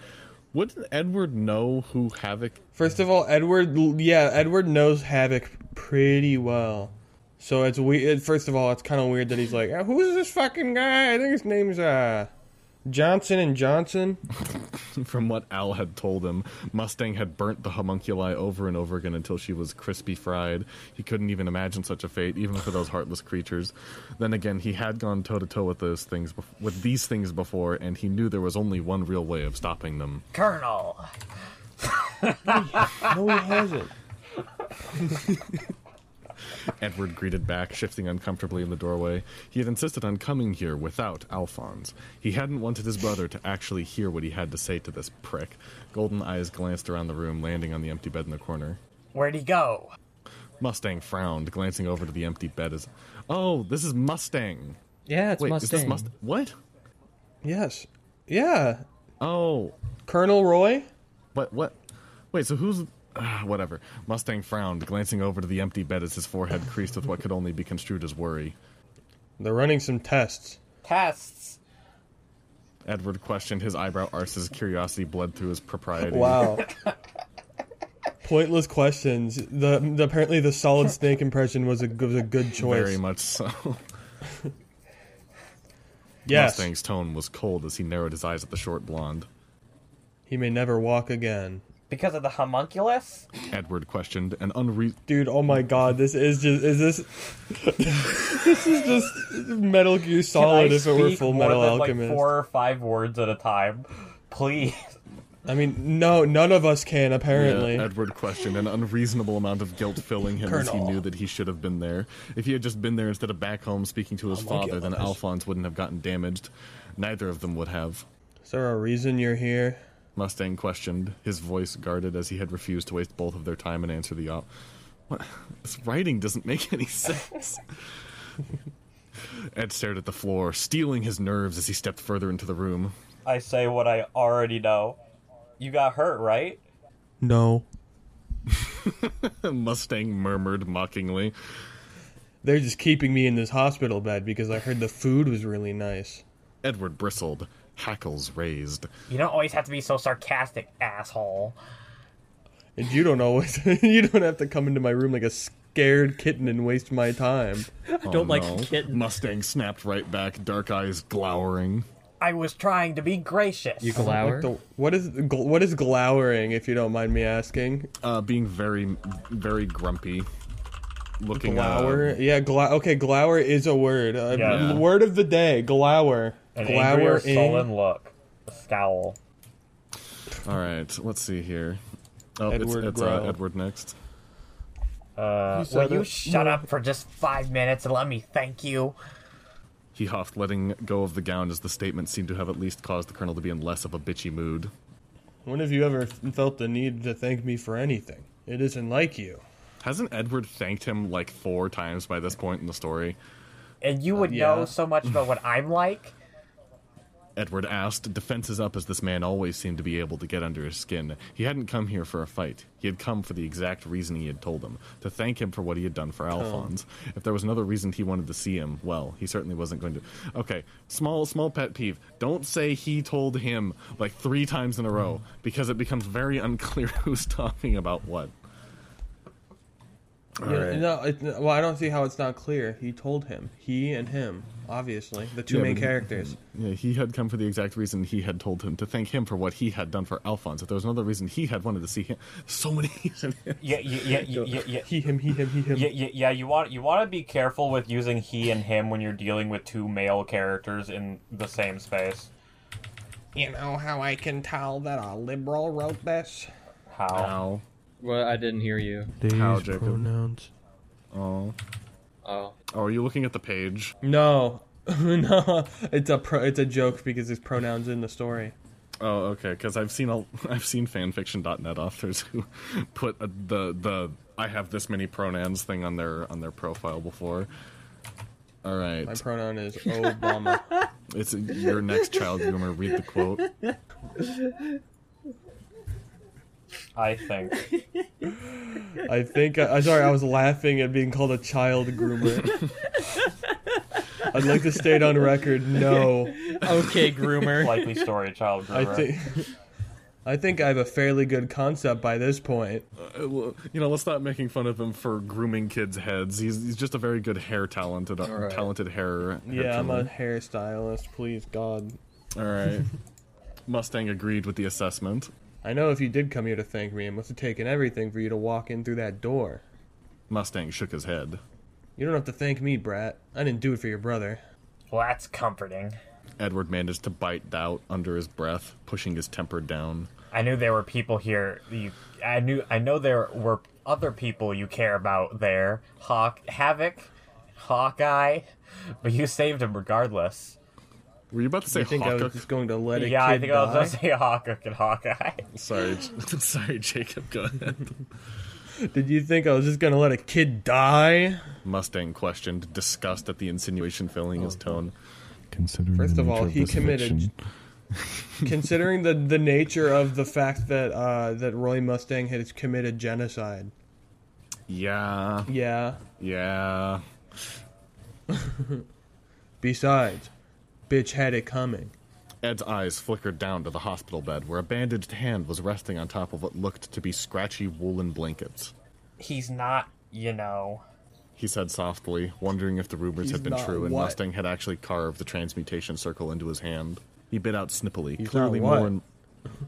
[SPEAKER 2] Wouldn't Edward know who Havoc?
[SPEAKER 3] First of all, Edward, yeah, Edward knows Havoc pretty well. So it's weird. First of all, it's kind of weird that he's like, "Uh, "Who's this fucking guy?" I think his name's uh Johnson and Johnson.
[SPEAKER 2] From what Al had told him, Mustang had burnt the homunculi over and over again until she was crispy fried. He couldn't even imagine such a fate, even for those heartless creatures. Then again, he had gone toe to toe with those things, bef- with these things before, and he knew there was only one real way of stopping them.
[SPEAKER 5] Colonel,
[SPEAKER 3] No, he hasn't.
[SPEAKER 2] Edward greeted back, shifting uncomfortably in the doorway. He had insisted on coming here without Alphonse. He hadn't wanted his brother to actually hear what he had to say to this prick. Golden eyes glanced around the room, landing on the empty bed in the corner.
[SPEAKER 5] Where'd he go?
[SPEAKER 2] Mustang frowned, glancing over to the empty bed as Oh, this is Mustang.
[SPEAKER 4] Yeah, it's
[SPEAKER 2] Wait,
[SPEAKER 4] Mustang.
[SPEAKER 2] is this Mustang? What?
[SPEAKER 3] Yes. Yeah.
[SPEAKER 2] Oh,
[SPEAKER 3] Colonel Roy?
[SPEAKER 2] What? What? Wait. So who's? Uh, whatever. Mustang frowned, glancing over to the empty bed as his forehead creased with what could only be construed as worry.
[SPEAKER 3] They're running some tests.
[SPEAKER 5] Tests.
[SPEAKER 2] Edward questioned his eyebrow arse as curiosity bled through his propriety.
[SPEAKER 3] Wow. Pointless questions. The, the apparently the solid snake impression was a was a good choice.
[SPEAKER 2] Very much so.
[SPEAKER 3] yes.
[SPEAKER 2] Mustang's tone was cold as he narrowed his eyes at the short blonde.
[SPEAKER 3] He may never walk again.
[SPEAKER 5] Because of the homunculus?
[SPEAKER 2] Edward questioned an unre-
[SPEAKER 3] Dude, oh my god, this is just is this This is just Metal Gear Solid
[SPEAKER 5] I
[SPEAKER 3] if it were
[SPEAKER 5] speak
[SPEAKER 3] Full
[SPEAKER 5] more
[SPEAKER 3] Metal
[SPEAKER 5] than,
[SPEAKER 3] Alchemist.
[SPEAKER 5] Like four or five words at a time. Please.
[SPEAKER 3] I mean, no, none of us can apparently.
[SPEAKER 2] Yeah, Edward questioned an unreasonable amount of guilt filling him as he
[SPEAKER 3] Colonel.
[SPEAKER 2] knew that he should have been there. If he had just been there instead of back home speaking to his
[SPEAKER 3] my
[SPEAKER 2] father, then
[SPEAKER 3] goodness.
[SPEAKER 2] Alphonse wouldn't have gotten damaged. Neither of them would have.
[SPEAKER 3] Is there a reason you're here?
[SPEAKER 2] Mustang questioned, his voice guarded as he had refused to waste both of their time and answer the op. What? This writing doesn't make any sense. Ed stared at the floor, stealing his nerves as he stepped further into the room.
[SPEAKER 5] I say what I already know. You got hurt, right?
[SPEAKER 3] No.
[SPEAKER 2] Mustang murmured mockingly.
[SPEAKER 3] They're just keeping me in this hospital bed because I heard the food was really nice.
[SPEAKER 2] Edward bristled, hackles raised.
[SPEAKER 5] You don't always have to be so sarcastic, asshole.
[SPEAKER 3] And you don't always you don't have to come into my room like a scared kitten and waste my time.
[SPEAKER 2] I
[SPEAKER 3] Oh,
[SPEAKER 4] don't like kittens.
[SPEAKER 2] Mustang snapped right back, dark eyes glowering.
[SPEAKER 5] I was trying to be gracious.
[SPEAKER 4] You
[SPEAKER 3] What,
[SPEAKER 4] glower.
[SPEAKER 3] the, what is gl- what is glowering if you don't mind me asking?
[SPEAKER 2] Uh, being very, very grumpy. Looking uh,
[SPEAKER 3] Glower? yeah, gla- okay, glower is a word. Uh,
[SPEAKER 5] Yeah.
[SPEAKER 3] Word of the day, glower.
[SPEAKER 5] An angry or
[SPEAKER 3] glowering.
[SPEAKER 5] sullen look. A scowl.
[SPEAKER 2] all right, let's see here. Oh,
[SPEAKER 3] Edward
[SPEAKER 2] it's, it's
[SPEAKER 3] growl.
[SPEAKER 2] uh, Edward next.
[SPEAKER 5] Uh,
[SPEAKER 3] said
[SPEAKER 5] will you
[SPEAKER 3] it.
[SPEAKER 5] shut
[SPEAKER 3] No.
[SPEAKER 5] up for just five minutes and let me thank you?
[SPEAKER 2] He huffed, letting go of the gown as the statement seemed to have at least caused the colonel to be in less of a bitchy mood.
[SPEAKER 3] When have you ever felt the need to thank me for anything? It isn't like you.
[SPEAKER 2] Hasn't Edward thanked him like four times by this point in the story?
[SPEAKER 5] And you would
[SPEAKER 3] Uh, yeah.
[SPEAKER 5] know so much about what I'm like.
[SPEAKER 2] Edward asked, defenses up as this man always seemed to be able to get under his skin. He hadn't come here for a fight. He had come for the exact reason he had told him to thank him for what he had done for Alphonse. If there was another reason he wanted to see him, well, he certainly wasn't going to. Okay, small, small pet peeve. Don't say he told him like three times in a row because it becomes very unclear who's talking about what.
[SPEAKER 3] You know, No, it, well, I don't see how it's not clear. He told him, he and him, obviously, the two
[SPEAKER 2] Yeah,
[SPEAKER 3] main
[SPEAKER 2] but-
[SPEAKER 3] characters.
[SPEAKER 2] Yeah, he had come for the exact reason he had told him to thank him for what he had done for Alphonse. If there was another reason he had wanted to see him, so many.
[SPEAKER 5] Yeah, yeah, yeah, yeah, yeah.
[SPEAKER 3] He, him, he, him, he, him.
[SPEAKER 5] Yeah, yeah, yeah, you want you want to be careful with using he and him when you're dealing with two male characters in the same space.
[SPEAKER 6] You know how I can tell that a liberal wrote this?
[SPEAKER 5] How?
[SPEAKER 2] Ow.
[SPEAKER 4] Well, I didn't hear you.
[SPEAKER 2] How, Jacob?
[SPEAKER 3] pronouns.
[SPEAKER 2] Oh.
[SPEAKER 4] Oh.
[SPEAKER 2] Oh, are you looking at the page?
[SPEAKER 3] No, no, it's a pro, it's a joke because his pronouns in the story.
[SPEAKER 2] Oh, okay. Because I've seen a, I've seen fanfiction.net authors who put a, the the I have this many pronouns thing on their on their profile before. All right,
[SPEAKER 3] My pronoun is Obama.
[SPEAKER 2] it's your next child humor. Read the quote.
[SPEAKER 5] I think.
[SPEAKER 3] I think I, I sorry I was laughing at being called a child groomer. I'd like to state on record, no.
[SPEAKER 4] Okay, groomer.
[SPEAKER 5] Likely story, child
[SPEAKER 3] I
[SPEAKER 5] groomer.
[SPEAKER 3] think I think I have a fairly good concept by this point.
[SPEAKER 2] Uh, well, you know, let's stop making fun of him for grooming kids' heads. He's he's just a very good hair talented uh,
[SPEAKER 4] right.
[SPEAKER 2] talented hair. hair
[SPEAKER 3] Yeah, I'm a
[SPEAKER 2] trimmer.
[SPEAKER 3] hairstylist, please God.
[SPEAKER 2] All right. Mustang agreed with the assessment.
[SPEAKER 3] I know if you did come here to thank me, it must have taken everything for you to walk in through that door.
[SPEAKER 2] Mustang shook his head.
[SPEAKER 3] You don't have to thank me, Brat. I didn't do it for your brother.
[SPEAKER 5] Well, that's comforting.
[SPEAKER 2] Edward managed to bite doubt under his breath, pushing his temper down.
[SPEAKER 5] I knew there were people here. You, I knew. I know there were other people you care about there. Hawk, Havoc, Hawkeye, but you saved him regardless.
[SPEAKER 2] Were you about to say
[SPEAKER 3] I think I was
[SPEAKER 2] Hawkeye?
[SPEAKER 3] just going to let it.
[SPEAKER 5] yeah, I think
[SPEAKER 3] die?
[SPEAKER 5] I was gonna say Hawkeye and Hawkeye.
[SPEAKER 2] Sorry, J- sorry, Jacob. Go ahead.
[SPEAKER 3] Did you think I was just gonna let a kid die?
[SPEAKER 2] Mustang questioned, disgust at the insinuation filling his tone.
[SPEAKER 7] Considering
[SPEAKER 3] Oh. First
[SPEAKER 7] the
[SPEAKER 3] of all,
[SPEAKER 7] nature
[SPEAKER 3] he
[SPEAKER 7] this
[SPEAKER 3] committed-
[SPEAKER 7] fiction,
[SPEAKER 3] Considering the the nature of the fact that uh, that Roy Mustang has committed genocide.
[SPEAKER 2] Yeah,
[SPEAKER 3] Yeah.
[SPEAKER 2] yeah.
[SPEAKER 3] Besides, bitch had it coming.
[SPEAKER 2] Ed's eyes flickered down to the hospital bed, where a bandaged hand was resting on top of what looked to be scratchy woolen blankets.
[SPEAKER 5] He's not, you know.
[SPEAKER 2] He said softly, wondering if the rumors
[SPEAKER 3] He's
[SPEAKER 2] had been
[SPEAKER 3] not
[SPEAKER 2] true and
[SPEAKER 3] what?
[SPEAKER 2] Mustang had actually carved the transmutation circle into his hand. He bit out snippily,
[SPEAKER 3] He's
[SPEAKER 2] clearly
[SPEAKER 3] not what?
[SPEAKER 2] more. In...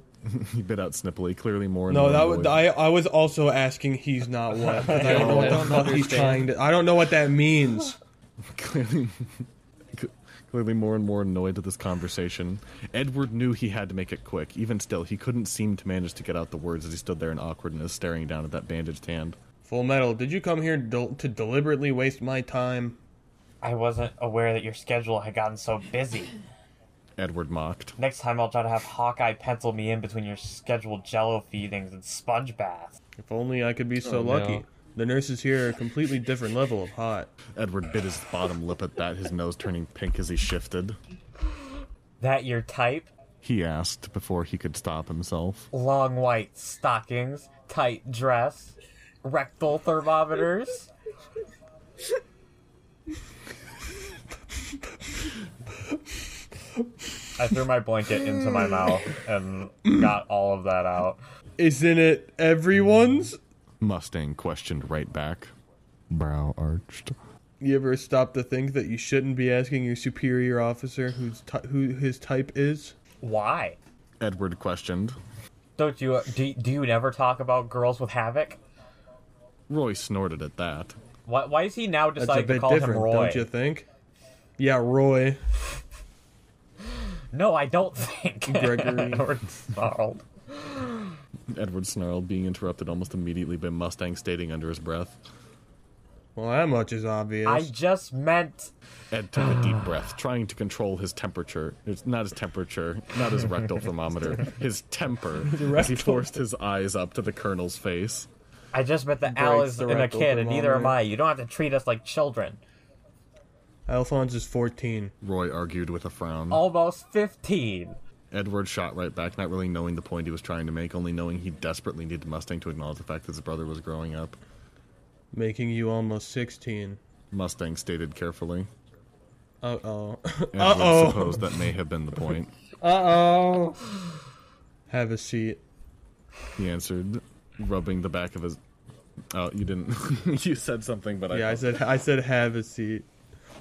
[SPEAKER 2] he bit out snippily, clearly more.
[SPEAKER 3] No, that
[SPEAKER 2] was
[SPEAKER 3] was, I I was also asking. He's not what. I don't know what the
[SPEAKER 4] don't
[SPEAKER 3] fuck he's trying
[SPEAKER 4] understand.
[SPEAKER 3] to. I don't know what that means.
[SPEAKER 2] clearly, clearly more and more annoyed at this conversation. Edward knew he had to make it quick. Even still, he couldn't seem to manage to get out the words as he stood there in awkwardness, staring down at that bandaged hand.
[SPEAKER 3] Full Metal, did you come here del- to deliberately waste my time?
[SPEAKER 5] I wasn't aware that your schedule had gotten so busy.
[SPEAKER 2] Edward mocked.
[SPEAKER 5] Next time I'll try to have Hawkeye pencil me in between your scheduled jello feedings and sponge baths.
[SPEAKER 3] If only I could be so
[SPEAKER 1] Oh,
[SPEAKER 3] lucky.
[SPEAKER 1] no.
[SPEAKER 3] The nurses here are a completely different level of hot.
[SPEAKER 2] Edward bit his bottom lip at that, his nose turning pink as he shifted.
[SPEAKER 5] That your type?
[SPEAKER 2] He asked before he could stop himself.
[SPEAKER 5] Long white stockings, tight dress, rectal thermometers. I threw my blanket into my mouth and got all of that out.
[SPEAKER 3] Isn't it everyone's?
[SPEAKER 2] Mustang questioned right back.
[SPEAKER 7] brow arched.
[SPEAKER 3] You ever stop to think that you shouldn't be asking your superior officer who's ty- who his type is?
[SPEAKER 5] Why?
[SPEAKER 2] Edward questioned.
[SPEAKER 5] Don't you do, do you never talk about girls with havoc?
[SPEAKER 2] Roy snorted at that.
[SPEAKER 5] Why, why is he now
[SPEAKER 3] That's
[SPEAKER 5] deciding
[SPEAKER 3] a
[SPEAKER 5] to
[SPEAKER 3] bit
[SPEAKER 5] call him
[SPEAKER 3] different,
[SPEAKER 5] Roy?
[SPEAKER 3] don't you think? Yeah, Roy.
[SPEAKER 5] No, I don't think
[SPEAKER 3] Gregory.
[SPEAKER 5] Edward snarled.
[SPEAKER 2] Edward snarled, being interrupted almost immediately by Mustang stating under his breath.
[SPEAKER 3] Well, that much is obvious.
[SPEAKER 5] I just meant
[SPEAKER 2] Ed took a deep breath, trying to control his temperature. It's not his temperature, not his rectal thermometer, his temper, as he forced his eyes up to the colonel's face.
[SPEAKER 5] I just meant that Al
[SPEAKER 3] Breaks
[SPEAKER 5] is
[SPEAKER 3] the
[SPEAKER 5] in a
[SPEAKER 3] rectal
[SPEAKER 5] kid, and neither am
[SPEAKER 3] thermometer.
[SPEAKER 5] I. You don't have to treat us like children.
[SPEAKER 3] Alphonse is 14.
[SPEAKER 2] Roy argued with a frown.
[SPEAKER 5] Almost fifteen.
[SPEAKER 2] Edward shot right back, not really knowing the point he was trying to make, only knowing he desperately needed Mustang to acknowledge the fact that his brother was growing up.
[SPEAKER 3] making you almost 16.
[SPEAKER 2] Mustang stated carefully.
[SPEAKER 3] Uh oh.
[SPEAKER 2] Edward
[SPEAKER 3] Uh-oh.
[SPEAKER 2] supposed that may have been the point.
[SPEAKER 4] Uh-oh.
[SPEAKER 3] Have a seat.
[SPEAKER 2] He answered, rubbing the back of his. Oh, you didn't. you said something, but
[SPEAKER 3] Yeah,
[SPEAKER 2] I.
[SPEAKER 3] I said I said have a seat.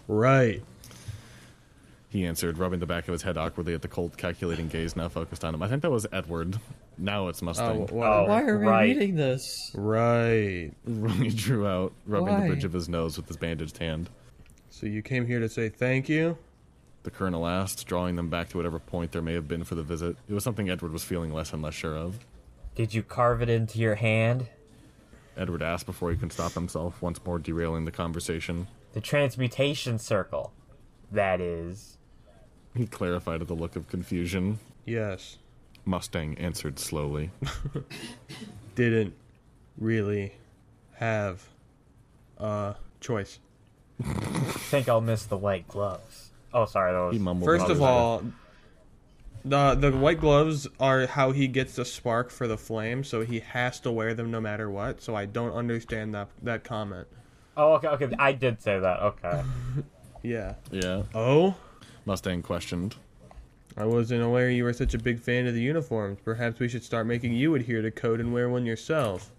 [SPEAKER 3] Right.
[SPEAKER 2] He answered, rubbing the back of his head awkwardly at the cold, calculating gaze now focused on him. I think that was Edward. Now it's Mustang.
[SPEAKER 3] Oh, wow.
[SPEAKER 4] Why are we
[SPEAKER 5] Right.
[SPEAKER 4] reading this?
[SPEAKER 3] Right.
[SPEAKER 2] He drew out, rubbing the
[SPEAKER 4] Why?
[SPEAKER 2] bridge of his nose with his bandaged hand.
[SPEAKER 3] So you came here to say thank you?
[SPEAKER 2] The colonel asked, drawing them back to whatever point there may have been for the visit. It was something Edward was feeling less and less sure of.
[SPEAKER 5] Did you carve it into your hand?
[SPEAKER 2] Edward asked before he could stop himself, once more derailing the conversation.
[SPEAKER 5] The transmutation circle. That is.
[SPEAKER 2] He clarified at the look of confusion.
[SPEAKER 3] Yes.
[SPEAKER 2] Mustang answered slowly.
[SPEAKER 3] Didn't really have a choice.
[SPEAKER 5] Think I'll miss the white gloves. Oh, sorry, that was.
[SPEAKER 2] He mumbled.
[SPEAKER 3] First
[SPEAKER 2] under
[SPEAKER 3] of
[SPEAKER 2] his breath.
[SPEAKER 3] all, the the white gloves are how he gets the spark for the flame, so he has to wear them no matter what. So I don't understand that that comment.
[SPEAKER 5] Oh, okay, okay. I did say that. Okay.
[SPEAKER 3] Yeah.
[SPEAKER 2] yeah,
[SPEAKER 3] Oh.
[SPEAKER 2] Mustang questioned.
[SPEAKER 3] I wasn't aware you were such a big fan of the uniforms. Perhaps we should start making you adhere to code and wear one yourself.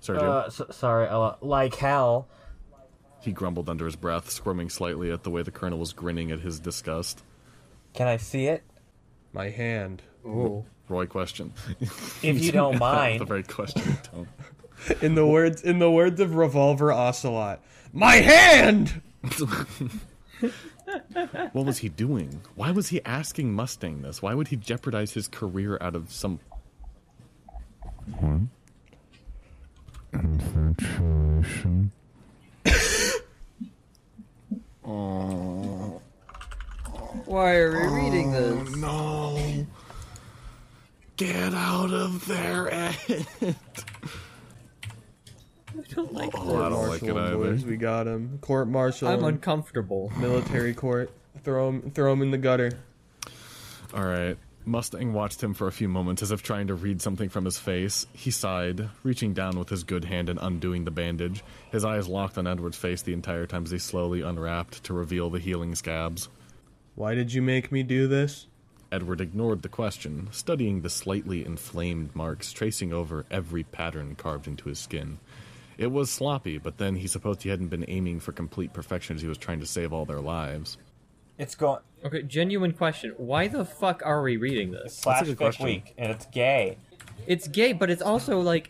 [SPEAKER 2] Sergio.
[SPEAKER 5] uh, so, sorry, Ella. Like hell.
[SPEAKER 2] He grumbled under his breath, squirming slightly at the way the colonel was grinning at his disgust.
[SPEAKER 5] Can I see it?
[SPEAKER 3] My hand.
[SPEAKER 2] Roy questioned.
[SPEAKER 5] If you don't
[SPEAKER 2] the
[SPEAKER 5] mind.
[SPEAKER 2] very question tone.
[SPEAKER 3] In the words in the words of Revolver Ocelot. My hand
[SPEAKER 2] What was he doing? Why was he asking Mustang this? Why would he jeopardize his career out of some?
[SPEAKER 7] Infatuation.
[SPEAKER 4] Why are we reading this?
[SPEAKER 2] No! Get out of there! Ed. Oh, I don't like it
[SPEAKER 3] Martial and boys,
[SPEAKER 2] either.
[SPEAKER 3] we got him. Court martial,
[SPEAKER 4] I'm
[SPEAKER 3] him.
[SPEAKER 4] uncomfortable.
[SPEAKER 3] military court. Throw him, throw him in the gutter.
[SPEAKER 2] All right. Mustang watched him for a few moments as if trying to read something from his face. He sighed, reaching down with his good hand and undoing the bandage. His eyes locked on Edward's face the entire time as he slowly unwrapped to reveal the healing scabs.
[SPEAKER 3] Why did you make me do this?
[SPEAKER 2] Edward ignored the question, studying the slightly inflamed marks tracing over every pattern carved into his skin. It was sloppy, but then he supposed he hadn't been aiming for complete perfection as he was trying to save all their lives.
[SPEAKER 5] It's going
[SPEAKER 4] Okay, genuine question. Why the fuck are we reading this?
[SPEAKER 5] slash
[SPEAKER 2] good
[SPEAKER 5] fic
[SPEAKER 2] question.
[SPEAKER 5] week, and it's gay.
[SPEAKER 4] It's gay, but it's also like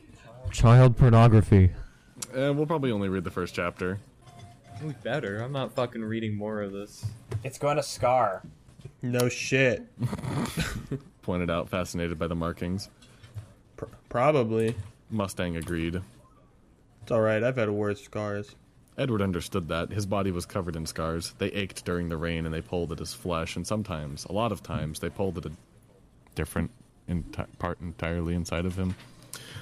[SPEAKER 1] Child pornography.
[SPEAKER 2] Uh, we'll probably only read the first chapter.
[SPEAKER 4] we better. I'm not fucking reading more of this.
[SPEAKER 5] It's going to scar.
[SPEAKER 3] No shit.
[SPEAKER 2] Pointed out, fascinated by the markings.
[SPEAKER 3] Pr- probably.
[SPEAKER 2] Mustang agreed.
[SPEAKER 3] It's all right. I've had worse scars.
[SPEAKER 2] Edward understood that. His body was covered in scars. They ached during the rain and they pulled at his flesh, and sometimes, a lot of times, they pulled at a different enti- part entirely inside of him.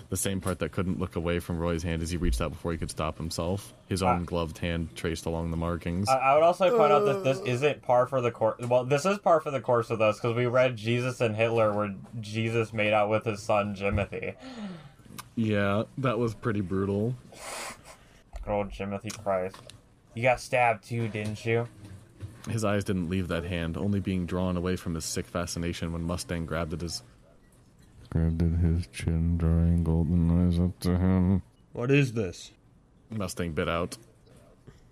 [SPEAKER 2] The same part that couldn't look away from Roy's hand as he reached out before he could stop himself. His own gloved hand traced along the markings.
[SPEAKER 5] I, I would also point out that this isn't par for the course. Well, this is par for the course with us because we read Jesus and Hitler, where Jesus made out with his son Jimothy.
[SPEAKER 2] yeah, that was pretty brutal.
[SPEAKER 5] Good old Jimothy Christ. You got stabbed too, didn't you?
[SPEAKER 2] His eyes didn't leave that hand, only being drawn away from his sick fascination when Mustang grabbed at his
[SPEAKER 7] Grabbed at his chin, drawing golden eyes up to him.
[SPEAKER 3] What is this?
[SPEAKER 2] Mustang bit out.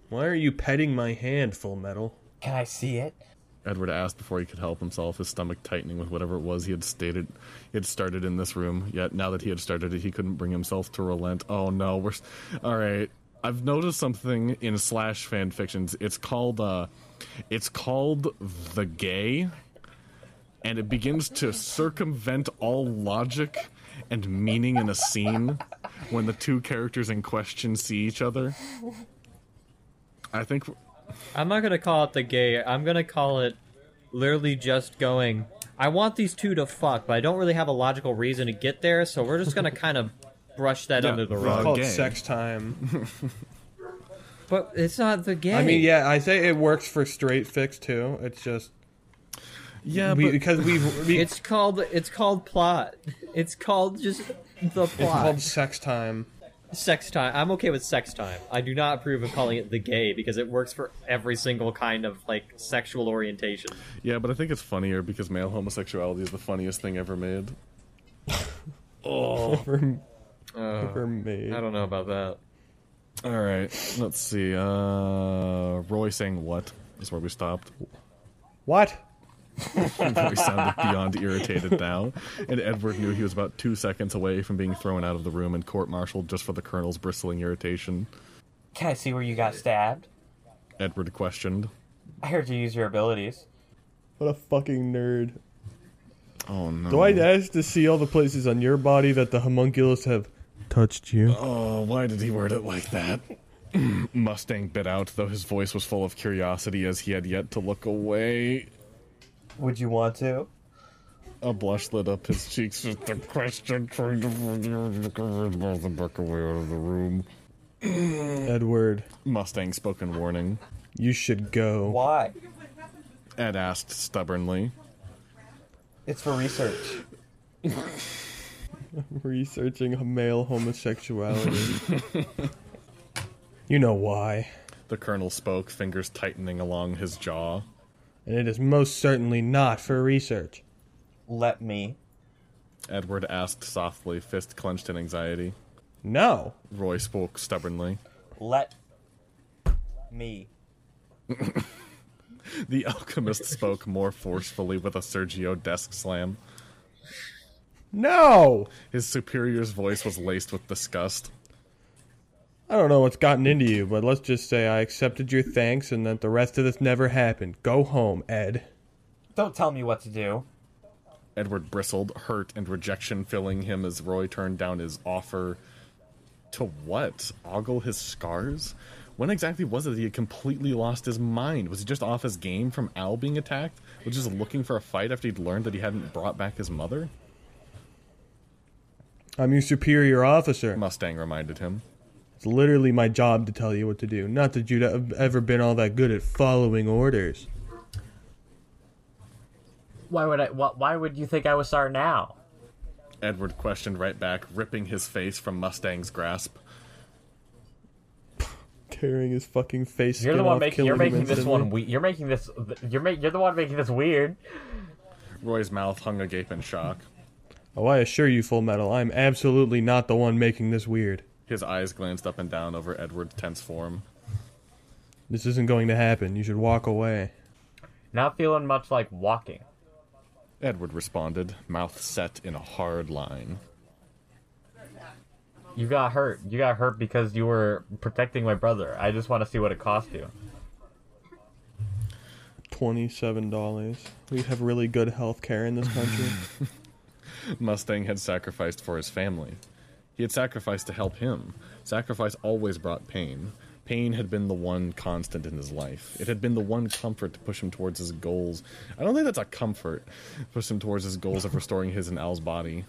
[SPEAKER 3] Why are you petting my hand, Full Metal?
[SPEAKER 5] Can I see it?
[SPEAKER 2] Edward asked before he could help himself, his stomach tightening with whatever it was he had stated he had started in this room. Yet now that he had started it, he couldn't bring himself to relent. Oh no, we're s- all right. I've noticed something in slash fan fictions. It's called uh, it's called the gay, and it begins to circumvent all logic and meaning in a scene when the two characters in question see each other. I think
[SPEAKER 4] I'm not gonna call it the gay. I'm gonna call it literally just going. I want these two to fuck, but I don't really have a logical reason to get there, so we're just gonna kind of brush that
[SPEAKER 2] Yeah,
[SPEAKER 4] under the
[SPEAKER 2] the-
[SPEAKER 4] rug.
[SPEAKER 3] It's called
[SPEAKER 2] gay.
[SPEAKER 3] sex time.
[SPEAKER 4] But it's not the gay.
[SPEAKER 3] I mean, yeah, I say it works for straight fix too. It's just
[SPEAKER 2] yeah,
[SPEAKER 3] we,
[SPEAKER 2] but-
[SPEAKER 3] because we've we, it's
[SPEAKER 4] It's called it's called plot. It's called just the plot.
[SPEAKER 3] called sex time.
[SPEAKER 4] sex time. I'm okay with sex time. I do not approve of calling it the gay because it works for every single kind of like sexual orientation.
[SPEAKER 2] Yeah, but I think it's funnier because male homosexuality is the funniest thing ever made. oh.
[SPEAKER 3] For,
[SPEAKER 4] Uh,
[SPEAKER 3] for me.
[SPEAKER 4] I don't know about that.
[SPEAKER 2] All right. Let's see. Uh, Roy saying what is where we stopped.
[SPEAKER 3] What?
[SPEAKER 2] we sounded beyond irritated now, and Edward knew he was about two seconds away from being thrown out of the room and court-martialed just for the colonel's bristling irritation.
[SPEAKER 5] Can I see where you got stabbed?
[SPEAKER 2] Edward questioned.
[SPEAKER 5] I heard you use your abilities.
[SPEAKER 3] What a fucking nerd.
[SPEAKER 2] Oh no.
[SPEAKER 3] Do I ask to see all the places on your body that the homunculus have touched you?
[SPEAKER 2] Oh, why did he word it like that? Mustang bit out, though his voice was full of curiosity as he had yet to look away.
[SPEAKER 5] Would you want to?
[SPEAKER 2] A blush lit up his cheeks with the question trying to read the book away out of the room.
[SPEAKER 3] Edward,
[SPEAKER 2] Mustang spoke in warning.
[SPEAKER 3] you should go.
[SPEAKER 5] Why?
[SPEAKER 2] Ed asked stubbornly.
[SPEAKER 5] It's for research.
[SPEAKER 3] Researching male homosexuality. you know why.
[SPEAKER 2] The colonel spoke, fingers tightening along his jaw.
[SPEAKER 3] And it is most certainly not for research.
[SPEAKER 5] Let me.
[SPEAKER 2] Edward asked softly, fist clenched in anxiety.
[SPEAKER 3] No.
[SPEAKER 2] Roy spoke stubbornly.
[SPEAKER 5] Let me.
[SPEAKER 2] The alchemist spoke more forcefully with a Sergio desk slam.
[SPEAKER 3] No!
[SPEAKER 2] His superior's voice was laced with disgust.
[SPEAKER 3] I don't know what's gotten into you, but let's just say I accepted your thanks and that the rest of this never happened. Go home, Ed.
[SPEAKER 5] Don't tell me what to do.
[SPEAKER 2] Edward bristled, hurt and rejection filling him as Roy turned down his offer. To what? Ogle his scars? When exactly was it that he had completely lost his mind? Was he just off his game from Al being attacked? Was he just looking for a fight after he'd learned that he hadn't brought back his mother?
[SPEAKER 3] I'm your superior officer.
[SPEAKER 2] Mustang reminded him.
[SPEAKER 3] It's literally my job to tell you what to do. Not that you'd have ever been all that good at following orders.
[SPEAKER 5] Why would I? wh- Why would you think I was sorry now?
[SPEAKER 2] Edward questioned right back, ripping his face from Mustang's grasp.
[SPEAKER 3] Tearing his fucking face.
[SPEAKER 5] You're the
[SPEAKER 3] skin
[SPEAKER 5] one
[SPEAKER 3] off,
[SPEAKER 5] making. You're
[SPEAKER 3] killing him
[SPEAKER 5] making this
[SPEAKER 3] instantly.
[SPEAKER 5] one. We, you're making this. You're make, You're the one making this weird.
[SPEAKER 2] Roy's mouth hung agape in shock.
[SPEAKER 3] Oh, I assure you, Full Metal, I'm absolutely not the one making this weird.
[SPEAKER 2] His eyes glanced up and down over Edward's tense form.
[SPEAKER 3] This isn't going to happen. You should walk away.
[SPEAKER 5] Not feeling much like walking.
[SPEAKER 2] Edward responded, mouth set in a hard line.
[SPEAKER 5] You got hurt. You got hurt because you were protecting my brother. I just want to see what it cost you.
[SPEAKER 3] Twenty-seven dollars. We have really good health care in this country.
[SPEAKER 2] Mustang had sacrificed for his family. He had sacrificed to help him. Sacrifice always brought pain. Pain had been the one constant in his life. It had been the one comfort to push him towards his goals. I don't think that's a comfort. Push him towards his goals of restoring his and Al's body.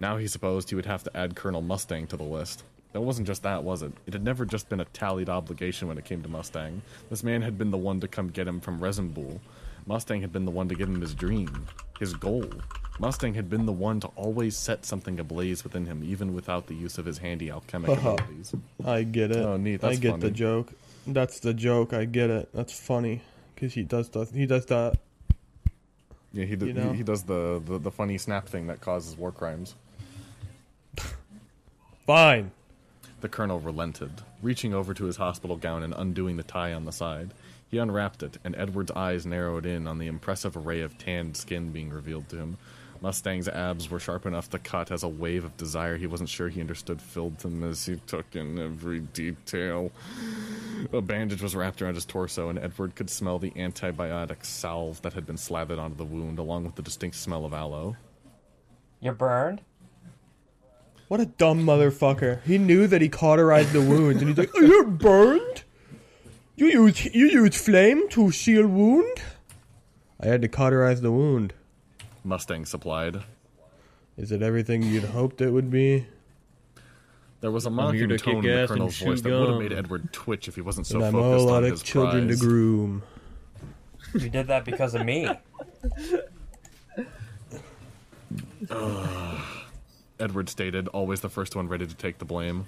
[SPEAKER 2] Now he supposed he would have to add Colonel Mustang to the list. That wasn't just that, was it? It had never just been a tallied obligation when it came to Mustang. This man had been the one to come get him from Resembool. Mustang had been the one to give him his dream, his goal. Mustang had been the one to always set something ablaze within him, even without the use of his handy alchemic abilities.
[SPEAKER 3] I get it.
[SPEAKER 2] Oh, neat.
[SPEAKER 3] I
[SPEAKER 2] That's
[SPEAKER 3] get the
[SPEAKER 2] funny.
[SPEAKER 3] joke. That's the joke. I get it. That's funny because he does that. He does that.
[SPEAKER 2] Yeah, he, d-
[SPEAKER 3] You know?
[SPEAKER 2] he, he does the, the, the funny snap thing that causes war crimes.
[SPEAKER 3] Fine.
[SPEAKER 2] The colonel relented, reaching over to his hospital gown and undoing the tie on the side. He unwrapped it, and Edward's eyes narrowed in on the impressive array of tanned skin being revealed to him. Mustang's abs were sharp enough to cut as a wave of desire he wasn't sure he understood filled him as he took in every detail. A bandage was wrapped around his torso, and Edward could smell the antibiotic salve that had been slathered onto the wound, along with the distinct smell of aloe.
[SPEAKER 5] You're burned.
[SPEAKER 3] What a dumb motherfucker. He knew that he cauterized the wounds, and he's like, oh, "You're burned. You use you use flame to seal wound." I had to cauterize the wound.
[SPEAKER 2] Mustang supplied.
[SPEAKER 3] Is it everything you'd hoped it would be?
[SPEAKER 2] There was a
[SPEAKER 3] here
[SPEAKER 2] mocking
[SPEAKER 3] to
[SPEAKER 2] tone
[SPEAKER 3] kick
[SPEAKER 2] in the
[SPEAKER 3] ass
[SPEAKER 2] colonel's
[SPEAKER 3] and chew
[SPEAKER 2] voice that would have
[SPEAKER 3] gum.
[SPEAKER 2] made Edward twitch if he wasn't so
[SPEAKER 3] And I'm all
[SPEAKER 2] focused
[SPEAKER 3] out
[SPEAKER 2] on
[SPEAKER 3] of
[SPEAKER 2] his
[SPEAKER 3] children
[SPEAKER 2] prize.
[SPEAKER 3] to groom.
[SPEAKER 5] You did that because of me.
[SPEAKER 2] Edward stated, always the first one ready to take the blame.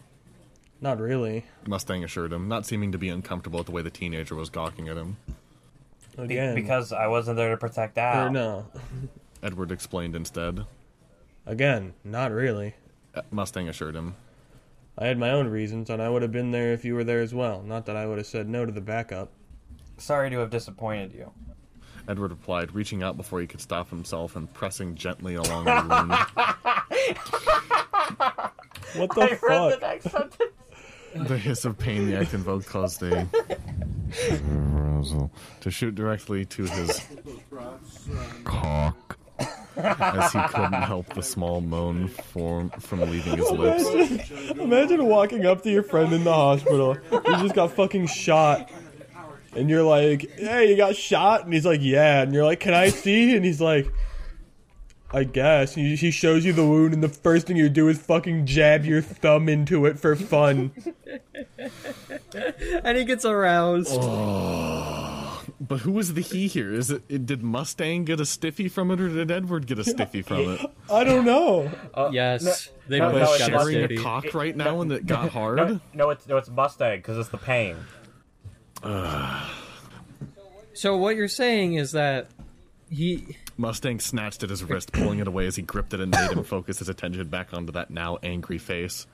[SPEAKER 3] Not really.
[SPEAKER 2] Mustang assured him, not seeming to be uncomfortable at the way the teenager was gawking at him.
[SPEAKER 3] Again.
[SPEAKER 5] because I wasn't there to protect Al.
[SPEAKER 3] Or no.
[SPEAKER 2] Edward explained instead.
[SPEAKER 3] Again, not really.
[SPEAKER 2] Uh, Mustang assured him.
[SPEAKER 3] I had my own reasons, and I would have been there if you were there as well. Not that I would have said no to the backup.
[SPEAKER 5] Sorry to have disappointed you.
[SPEAKER 2] Edward replied, reaching out before he could stop himself and pressing gently along the wound.
[SPEAKER 3] What the
[SPEAKER 5] I read the
[SPEAKER 3] fuck?
[SPEAKER 5] next sentence.
[SPEAKER 2] The hiss of pain the act invoked caused a
[SPEAKER 7] Arousal.
[SPEAKER 2] to shoot directly to his
[SPEAKER 7] Cock.
[SPEAKER 2] as he couldn't help the small moan form from leaving his lips.
[SPEAKER 3] Imagine walking up to your friend in the hospital. You just got fucking shot. And you're like, hey, you got shot? And he's like, yeah. And you're like, can I see? And he's like, I guess. And he shows you the wound, and the first thing you do is fucking jab your thumb into it for fun.
[SPEAKER 4] And he gets aroused.
[SPEAKER 2] But who is the he here? Is it, it did Mustang get a stiffy from it, or did Edward get a stiffy from it?
[SPEAKER 3] I don't know.
[SPEAKER 4] yes. they
[SPEAKER 5] no,
[SPEAKER 4] both
[SPEAKER 2] Am
[SPEAKER 5] no,
[SPEAKER 2] I
[SPEAKER 5] it
[SPEAKER 4] got
[SPEAKER 5] must
[SPEAKER 4] a
[SPEAKER 2] sharing
[SPEAKER 5] be.
[SPEAKER 2] a
[SPEAKER 4] stiffy.
[SPEAKER 2] cock right now, and it got
[SPEAKER 5] No,
[SPEAKER 2] hard.
[SPEAKER 5] no, it's no, it's Mustang because it's the pain.
[SPEAKER 4] So what you're saying is that he
[SPEAKER 2] Mustang snatched at his wrist, pulling it away as he gripped it and made him focus his attention back onto that now angry face.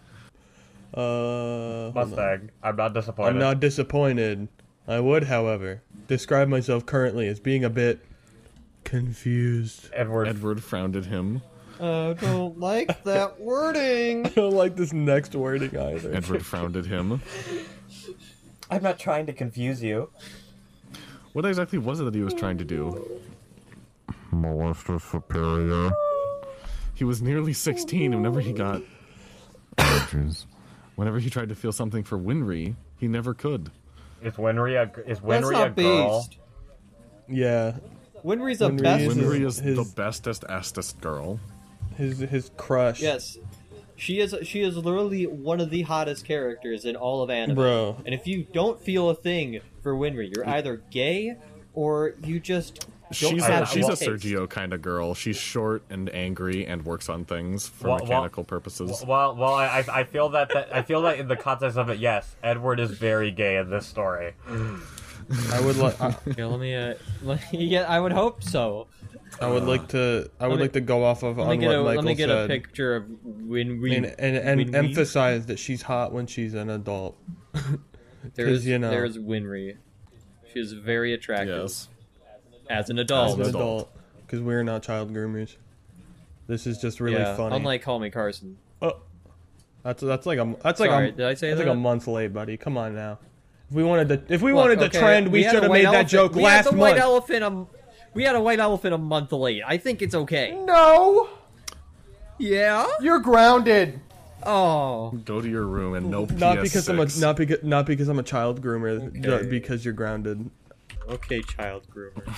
[SPEAKER 3] Uh,
[SPEAKER 5] Mustang. I'm not disappointed.
[SPEAKER 3] I'm not disappointed. I would, however, describe myself currently as being a bit confused.
[SPEAKER 5] Edward.
[SPEAKER 2] Edward frowned at him.
[SPEAKER 4] I don't like that wording.
[SPEAKER 3] I don't like this next wording either.
[SPEAKER 2] Edward frowned at him.
[SPEAKER 5] I'm not trying to confuse you.
[SPEAKER 2] What exactly was it that he was trying to do?
[SPEAKER 7] Molester superior.
[SPEAKER 2] He was nearly 16 and whenever he got
[SPEAKER 7] Jeez.
[SPEAKER 2] whenever he tried to feel something for Winry, he never could.
[SPEAKER 5] Is Winry a g- is
[SPEAKER 4] That's
[SPEAKER 5] Winry a
[SPEAKER 4] not
[SPEAKER 5] girl?
[SPEAKER 4] based.
[SPEAKER 3] Yeah,
[SPEAKER 4] Winry's a
[SPEAKER 3] Winry
[SPEAKER 4] best.
[SPEAKER 3] This is
[SPEAKER 2] Winry is
[SPEAKER 3] his-
[SPEAKER 2] the bestest astest girl.
[SPEAKER 3] his his crush.
[SPEAKER 4] Yes, she is. She is literally one of the hottest characters in all of anime.
[SPEAKER 3] Bro.
[SPEAKER 4] and if you don't feel a thing for Winry,
[SPEAKER 3] Mm.
[SPEAKER 4] you're either gay or you just don't
[SPEAKER 2] She's
[SPEAKER 4] have
[SPEAKER 2] a,
[SPEAKER 4] good
[SPEAKER 2] she's a
[SPEAKER 4] taste.
[SPEAKER 2] Sergio kind of girl. She's short and angry and works on things for
[SPEAKER 5] Well, well-
[SPEAKER 2] mechanical purposes.
[SPEAKER 5] Well, well, I, I- I feel that, that I feel that in the context of it, yes, Edward is very gay in this story.
[SPEAKER 3] I would like I,
[SPEAKER 4] Yeah, let me. Uh, let- yeah, I would hope so.
[SPEAKER 3] I would like to I would
[SPEAKER 4] me-
[SPEAKER 3] like to go off of
[SPEAKER 4] Let me
[SPEAKER 3] on
[SPEAKER 4] get
[SPEAKER 3] what
[SPEAKER 4] a.
[SPEAKER 3] Michael
[SPEAKER 4] Let me get
[SPEAKER 3] said
[SPEAKER 4] a picture of Winry.
[SPEAKER 3] and and, and
[SPEAKER 4] Winry.
[SPEAKER 3] emphasize that she's hot when she's an adult.
[SPEAKER 4] There's
[SPEAKER 3] you know-
[SPEAKER 4] there's Winry. She is very attractive
[SPEAKER 2] yes.
[SPEAKER 4] as an
[SPEAKER 3] As
[SPEAKER 4] adult.
[SPEAKER 3] an
[SPEAKER 2] adult.
[SPEAKER 3] adult, because we're not child groomers. This is just really
[SPEAKER 4] yeah,
[SPEAKER 3] funny.
[SPEAKER 4] unlike Call Me Carson.
[SPEAKER 3] Oh. that's that's like a that's
[SPEAKER 4] Sorry,
[SPEAKER 3] like a,
[SPEAKER 4] did I say
[SPEAKER 3] that's
[SPEAKER 4] that?
[SPEAKER 3] like a month late, buddy. Come on now. If we wanted to if we
[SPEAKER 4] Look,
[SPEAKER 3] wanted to
[SPEAKER 4] okay,
[SPEAKER 3] trend, we,
[SPEAKER 4] had
[SPEAKER 3] should
[SPEAKER 4] a
[SPEAKER 3] have
[SPEAKER 4] white
[SPEAKER 3] made that
[SPEAKER 4] elephant-
[SPEAKER 3] joke
[SPEAKER 4] we
[SPEAKER 3] last
[SPEAKER 4] had the white
[SPEAKER 3] month.
[SPEAKER 4] elephant. A, we had a white elephant a month late. I think it's okay.
[SPEAKER 6] No!
[SPEAKER 4] Yeah.
[SPEAKER 6] You're grounded!
[SPEAKER 4] Oh.
[SPEAKER 2] Go to your room and no
[SPEAKER 3] Not
[SPEAKER 2] PS6.
[SPEAKER 3] because I'm a not because not because I'm a child groomer, ju-
[SPEAKER 4] Okay.
[SPEAKER 3] because you're grounded.
[SPEAKER 4] Okay, child groomer.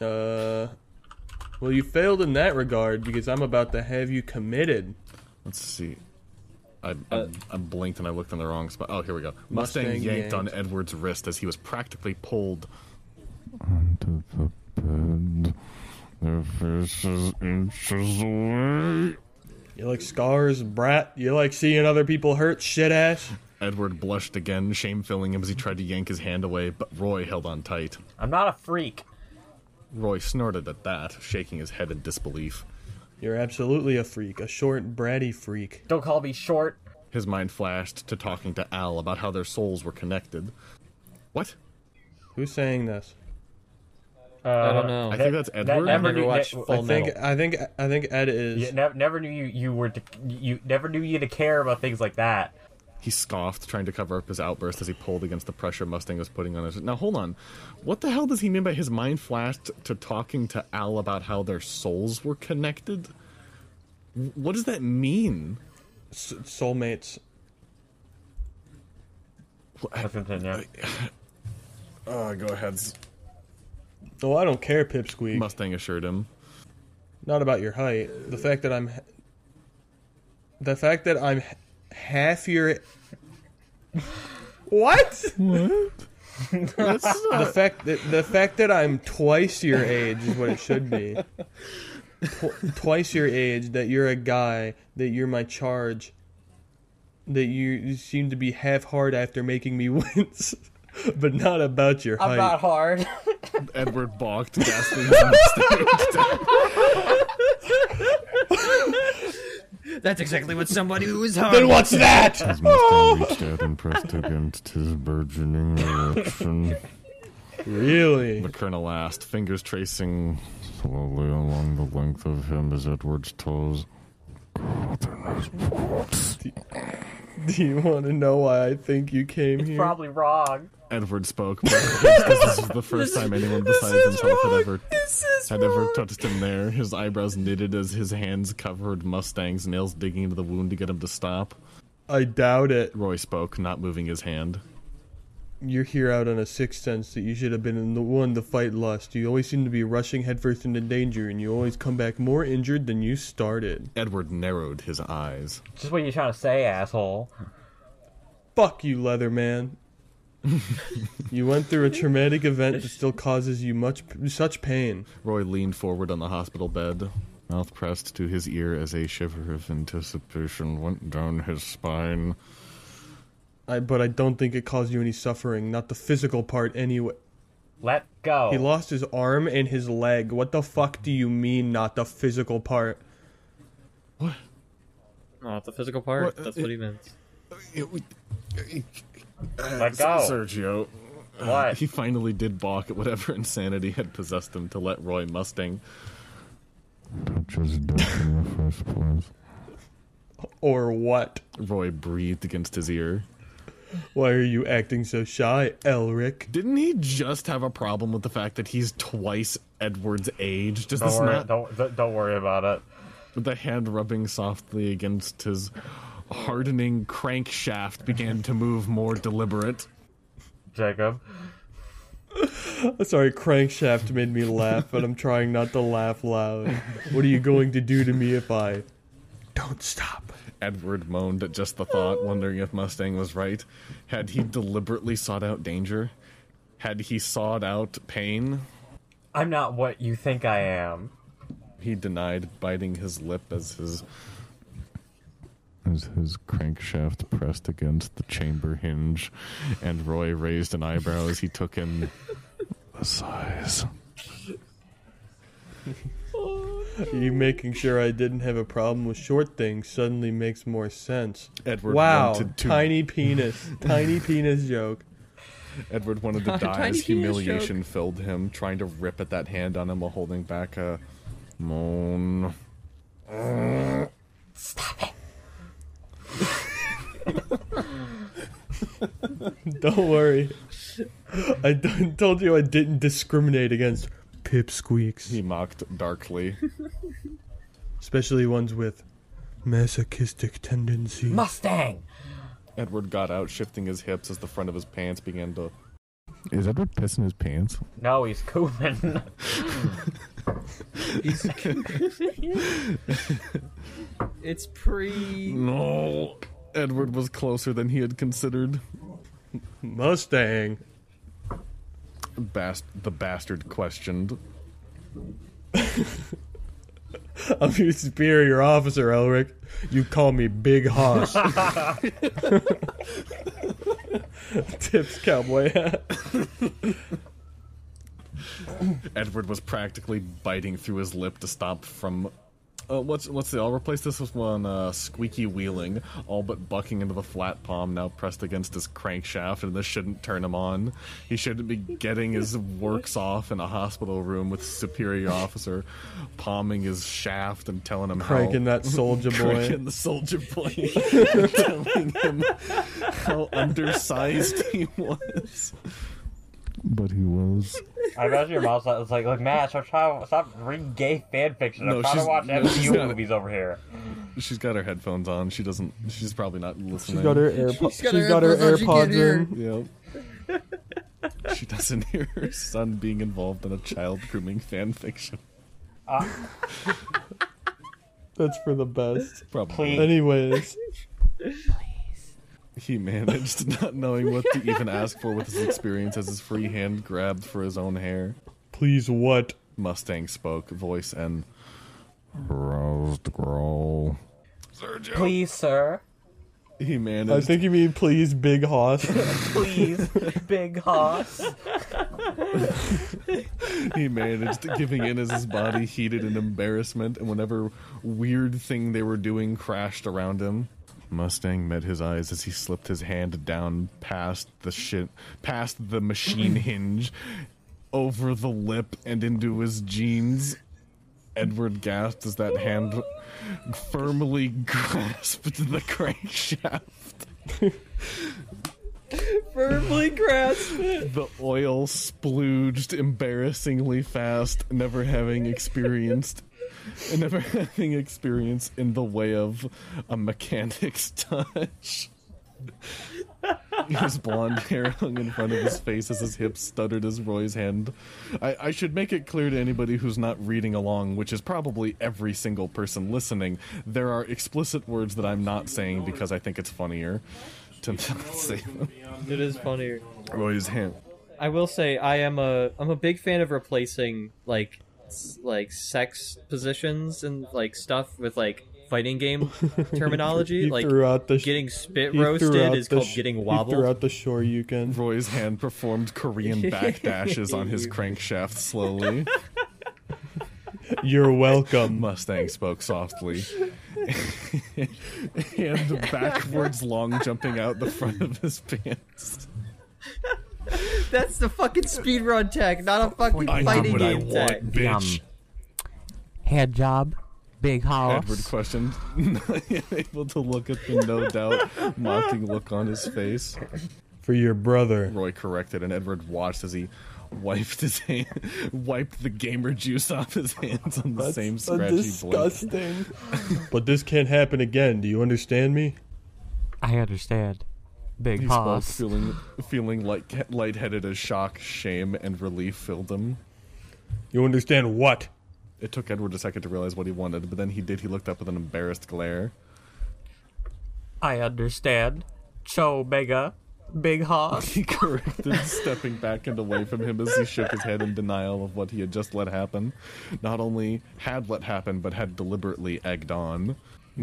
[SPEAKER 3] Uh, well, you failed in that regard because I'm about to have you committed.
[SPEAKER 2] Let's see. I, I, I blinked and I looked in the wrong spot. Oh, here we go. Mustang,
[SPEAKER 3] Uh, Mustang
[SPEAKER 2] yanked,
[SPEAKER 3] yanked.
[SPEAKER 2] on Edward's wrist as he was practically pulled.
[SPEAKER 7] Onto the bed. Their faces inches away.
[SPEAKER 3] You like scars, brat. You like seeing other people hurt, shit ass.
[SPEAKER 2] Edward blushed again, shame filling him as he tried to yank his hand away, but Roy held on tight.
[SPEAKER 5] I'm not a freak.
[SPEAKER 2] Roy snorted at that, shaking his head in disbelief.
[SPEAKER 3] You're absolutely a freak, a short, bratty freak.
[SPEAKER 5] Don't call me short.
[SPEAKER 2] His mind flashed to talking to Al about how their souls were connected. What?
[SPEAKER 3] Who's saying this?
[SPEAKER 5] Uh,
[SPEAKER 4] I don't know.
[SPEAKER 2] I think that's Edward.
[SPEAKER 5] never
[SPEAKER 4] Never
[SPEAKER 5] knew-
[SPEAKER 4] watched
[SPEAKER 5] ne-
[SPEAKER 4] Full
[SPEAKER 3] I think
[SPEAKER 4] Metal.
[SPEAKER 3] I think I think Ed is.
[SPEAKER 5] You ne- never knew you, you were to, you never knew you to care about things like that.
[SPEAKER 2] He scoffed, trying to cover up his outburst as he pulled against the pressure Mustang was putting on his. Now, hold on. What the hell does he mean by his mind flashed to talking to Al about how their souls were connected? W- What does that mean?
[SPEAKER 3] s- soulmates.
[SPEAKER 5] Let's continue.
[SPEAKER 2] Uh, go ahead.
[SPEAKER 3] Oh, I don't care, Pipsqueak.
[SPEAKER 2] Mustang assured him.
[SPEAKER 3] Not about your height. The fact that I'm. The fact that I'm h- half your. What?
[SPEAKER 2] That's
[SPEAKER 3] The
[SPEAKER 2] not-
[SPEAKER 3] fact that the fact that I'm twice your age is what it should be. Tw- twice your age. That you're a guy. That you're my charge. That you, you seem to be half hard after making me wince, but not about your height.
[SPEAKER 4] hard.
[SPEAKER 2] Edward balked, gasping his Mustang.
[SPEAKER 4] That's exactly what somebody who is hard.
[SPEAKER 3] then what's that?
[SPEAKER 7] His Mustang reached out and pressed against his burgeoning erection.
[SPEAKER 3] Really?
[SPEAKER 2] the colonel asked, fingers tracing.
[SPEAKER 7] Slowly along the length of him is Edward's toes.
[SPEAKER 3] Do you want to know why I think you came
[SPEAKER 5] It's
[SPEAKER 3] here?
[SPEAKER 5] probably wrong.
[SPEAKER 2] Edward spoke. but this is the first time anyone besides himself had ever had ever touched him there. His eyebrows knitted as his hands covered Mustang's nails digging into the wound to get him to stop.
[SPEAKER 3] I doubt it.
[SPEAKER 2] Roy spoke, not moving his hand.
[SPEAKER 3] You're here out on a sixth sense that you should have been in the one to fight lust. You always seem to be rushing headfirst into danger, and you always come back more injured than you started.
[SPEAKER 2] Edward narrowed his eyes.
[SPEAKER 5] Just what you trying to say, asshole.
[SPEAKER 3] Fuck you, Leatherman. you went through a traumatic event that still causes you much such pain.
[SPEAKER 2] Roy leaned forward on the hospital bed, mouth pressed to his ear as a shiver of
[SPEAKER 7] Anticipation went down his spine.
[SPEAKER 3] I, but I don't think it caused you any suffering, not the physical part anyway.
[SPEAKER 5] Let go.
[SPEAKER 3] He lost his arm and his leg. What the fuck do you mean, not the physical part?
[SPEAKER 4] Oh, the physical part.
[SPEAKER 2] What-
[SPEAKER 4] That's what he meant.
[SPEAKER 5] Let go.
[SPEAKER 2] Sergio.
[SPEAKER 5] What?
[SPEAKER 2] Uh, He finally did balk at whatever insanity had possessed him to let Roy Mustang.
[SPEAKER 7] Don't just duck in the first place.
[SPEAKER 3] Or what?
[SPEAKER 2] Roy breathed against his ear.
[SPEAKER 3] Why are you acting so shy, Elric?
[SPEAKER 2] Didn't he just have a problem with the fact that he's twice Edward's age? Does
[SPEAKER 5] Don't
[SPEAKER 2] this
[SPEAKER 5] worry,
[SPEAKER 2] not
[SPEAKER 5] don't, don't- don't worry about it.
[SPEAKER 2] the hand rubbing softly against his hardening crankshaft began to move more deliberate?
[SPEAKER 5] Jacob.
[SPEAKER 3] Sorry, crankshaft made me laugh, but I'm trying not to laugh loud. What are you going to do to me if I don't stop?
[SPEAKER 2] Edward moaned at just the thought, wondering if Mustang was right. Had he deliberately sought out danger? Had he sought out pain?
[SPEAKER 5] I'm not what you think I am.
[SPEAKER 2] He denied, biting his lip as his
[SPEAKER 7] As his crankshaft pressed against the chamber hinge,
[SPEAKER 2] and Roy raised an eyebrow as he took in
[SPEAKER 7] the size.
[SPEAKER 3] You making sure I didn't have a problem with short things suddenly makes more sense.
[SPEAKER 2] Edward
[SPEAKER 3] Wow,
[SPEAKER 2] wanted to
[SPEAKER 3] tiny penis, tiny penis joke.
[SPEAKER 2] Edward wanted to die
[SPEAKER 4] Tiny
[SPEAKER 2] as
[SPEAKER 4] penis
[SPEAKER 2] humiliation filled him, trying to rip at that hand on him while holding back a moan.
[SPEAKER 3] Don't worry. I d- told you I didn't discriminate against pipsqueaks,
[SPEAKER 2] He mocked darkly.
[SPEAKER 3] especially ones with masochistic tendencies.
[SPEAKER 5] Mustang!
[SPEAKER 2] Edward got out, shifting his hips as the front of his pants began to.
[SPEAKER 7] Is Edward pissing his pants?
[SPEAKER 5] No, he's Cooman.
[SPEAKER 4] It's pre.
[SPEAKER 2] No! Edward was closer than he had considered.
[SPEAKER 3] Mustang.
[SPEAKER 2] Bast- the bastard questioned.
[SPEAKER 3] I'm your superior officer, Elric. You call me Big Hoss. Tips cowboy hat.
[SPEAKER 2] Edward was practically biting through his lip to stop from. Uh, let's let's see. I'll replace this with one uh, squeaky wheeling, all but bucking into the flat palm now pressed against his crankshaft, and this shouldn't turn him on. He shouldn't be getting his works off in a hospital room with superior officer, palming his shaft and telling him
[SPEAKER 3] Cranking
[SPEAKER 2] how
[SPEAKER 3] that soldier boy.
[SPEAKER 2] cranking the soldier boy, and telling him how undersized he was.
[SPEAKER 7] But he was.
[SPEAKER 5] I bet your mom's like, it's like, like, man, stop, trying, stop reading gay fan fiction.
[SPEAKER 2] No,
[SPEAKER 5] I'm trying
[SPEAKER 2] she's-
[SPEAKER 5] to watch
[SPEAKER 2] no, she's
[SPEAKER 5] MCU
[SPEAKER 2] got it.
[SPEAKER 5] movies over here.
[SPEAKER 2] She's got her headphones on. She doesn't. She's probably not listening.
[SPEAKER 3] She's got her AirPods.
[SPEAKER 4] She's got
[SPEAKER 3] she's
[SPEAKER 4] her
[SPEAKER 3] got her
[SPEAKER 4] AirPods on, she can't
[SPEAKER 3] AirPods
[SPEAKER 4] hear.
[SPEAKER 3] in.
[SPEAKER 2] Yep. she doesn't hear her son being involved in a child grooming fan fiction.
[SPEAKER 3] That's for the best.
[SPEAKER 2] Probably.
[SPEAKER 5] Please.
[SPEAKER 3] Anyways,
[SPEAKER 2] He managed, not knowing what to even ask for with his experience, as his free hand grabbed for his own hair.
[SPEAKER 3] please what?
[SPEAKER 2] Mustang spoke, voice and
[SPEAKER 7] Roused growl.
[SPEAKER 5] Please, sir.
[SPEAKER 2] he
[SPEAKER 3] I
[SPEAKER 2] managed.
[SPEAKER 3] think you mean please Big Hoss.
[SPEAKER 5] Please, big hoss.
[SPEAKER 2] he managed giving in as his body heated in embarrassment, and whenever weird thing they were doing crashed around him. Mustang met his eyes as he slipped his hand down past the shit, past the machine hinge, over the lip and into his jeans. Edward gasped as that hand firmly grasped the crankshaft.
[SPEAKER 4] Firmly grasped.
[SPEAKER 2] The oil splooged embarrassingly fast, never having experienced never having experience in the way of a mechanic's touch. his blonde hair hung in front of his face as his hips stuttered as Roy's hand. I, I should make it clear to anybody who's not reading along, which is probably every single person listening, there are explicit words that I'm not saying because I think it's funnier to not say them.
[SPEAKER 4] It is funnier.
[SPEAKER 2] Roy's hand.
[SPEAKER 4] I will say I am a I'm a big fan of replacing like s- like sex positions and like stuff with like fighting game terminology.
[SPEAKER 3] He
[SPEAKER 4] like
[SPEAKER 3] threw out the sh-
[SPEAKER 4] getting spit
[SPEAKER 3] he threw
[SPEAKER 4] roasted
[SPEAKER 3] out
[SPEAKER 4] is
[SPEAKER 3] the
[SPEAKER 4] called
[SPEAKER 3] sh-
[SPEAKER 4] getting
[SPEAKER 3] He threw
[SPEAKER 4] wobbled.
[SPEAKER 3] out the shore you can.
[SPEAKER 2] Roy's hand performed Korean backdashes on his crankshaft slowly.
[SPEAKER 3] You're welcome.
[SPEAKER 2] Mustang spoke softly. and backwards long jumping out the front of his pants.
[SPEAKER 4] That's the fucking speedrun tech, not a fucking fighting game tech.
[SPEAKER 2] bitch.
[SPEAKER 8] Hand job, big house.
[SPEAKER 2] Edward questioned, able to look at the no doubt mocking look on his face.
[SPEAKER 3] For your brother.
[SPEAKER 2] Roy corrected, and Edward watched as he wiped his hand, wiped the gamer juice off his hands on the same scratchy blade.
[SPEAKER 3] disgusting. but this can't happen again. Do you understand me?
[SPEAKER 8] I understand. Big
[SPEAKER 2] He's both
[SPEAKER 8] house.
[SPEAKER 2] feeling feeling light lightheaded as shock, shame, and relief filled him.
[SPEAKER 3] You understand what?
[SPEAKER 2] It took Edward a second to realize what he wanted, but then he did. He looked up with an embarrassed glare.
[SPEAKER 8] I understand. Cho mega, big hoss.
[SPEAKER 2] He corrected, stepping back and away from him as he shook his head in denial of what he had just let happen. Not only had let happen, but had deliberately egged on.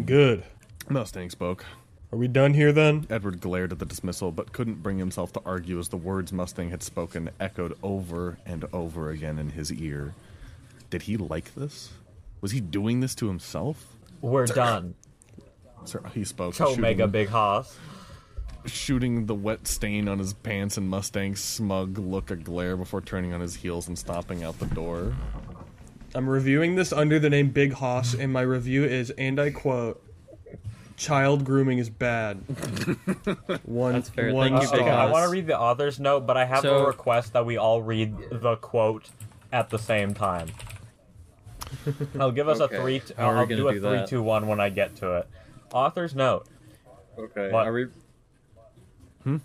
[SPEAKER 3] Good.
[SPEAKER 2] Mustang spoke.
[SPEAKER 3] Are we done here then?
[SPEAKER 2] Edward glared at the dismissal, but couldn't bring himself to argue as the words Mustang had spoken echoed over and over again in his ear. Did he like this? Was he doing this to himself?
[SPEAKER 5] We're done.
[SPEAKER 2] Sir, he spoke,
[SPEAKER 5] Toe mega
[SPEAKER 2] shooting,
[SPEAKER 5] big hoss.
[SPEAKER 2] shooting the wet stain on his pants and Mustang's smug look a glare before turning on his heels and stomping out the door.
[SPEAKER 3] I'm reviewing this under the name Big Hoss, and my review is, and I quote, "Child grooming is bad." one,
[SPEAKER 4] That's fair.
[SPEAKER 3] one
[SPEAKER 4] Thank you,
[SPEAKER 3] star.
[SPEAKER 4] Big
[SPEAKER 5] Okay, I
[SPEAKER 4] Hoss.
[SPEAKER 5] want to read the author's note, but I have
[SPEAKER 4] So-
[SPEAKER 5] a request that we all read the quote at the same time. I'll give us
[SPEAKER 9] Okay.
[SPEAKER 5] a three. T-
[SPEAKER 4] How are we
[SPEAKER 5] I'll
[SPEAKER 4] gonna
[SPEAKER 5] do a
[SPEAKER 4] do
[SPEAKER 5] three,
[SPEAKER 4] that?
[SPEAKER 5] two, one when I get to it. Author's note.
[SPEAKER 9] Okay.
[SPEAKER 5] What?
[SPEAKER 9] Are we?
[SPEAKER 3] Hmm?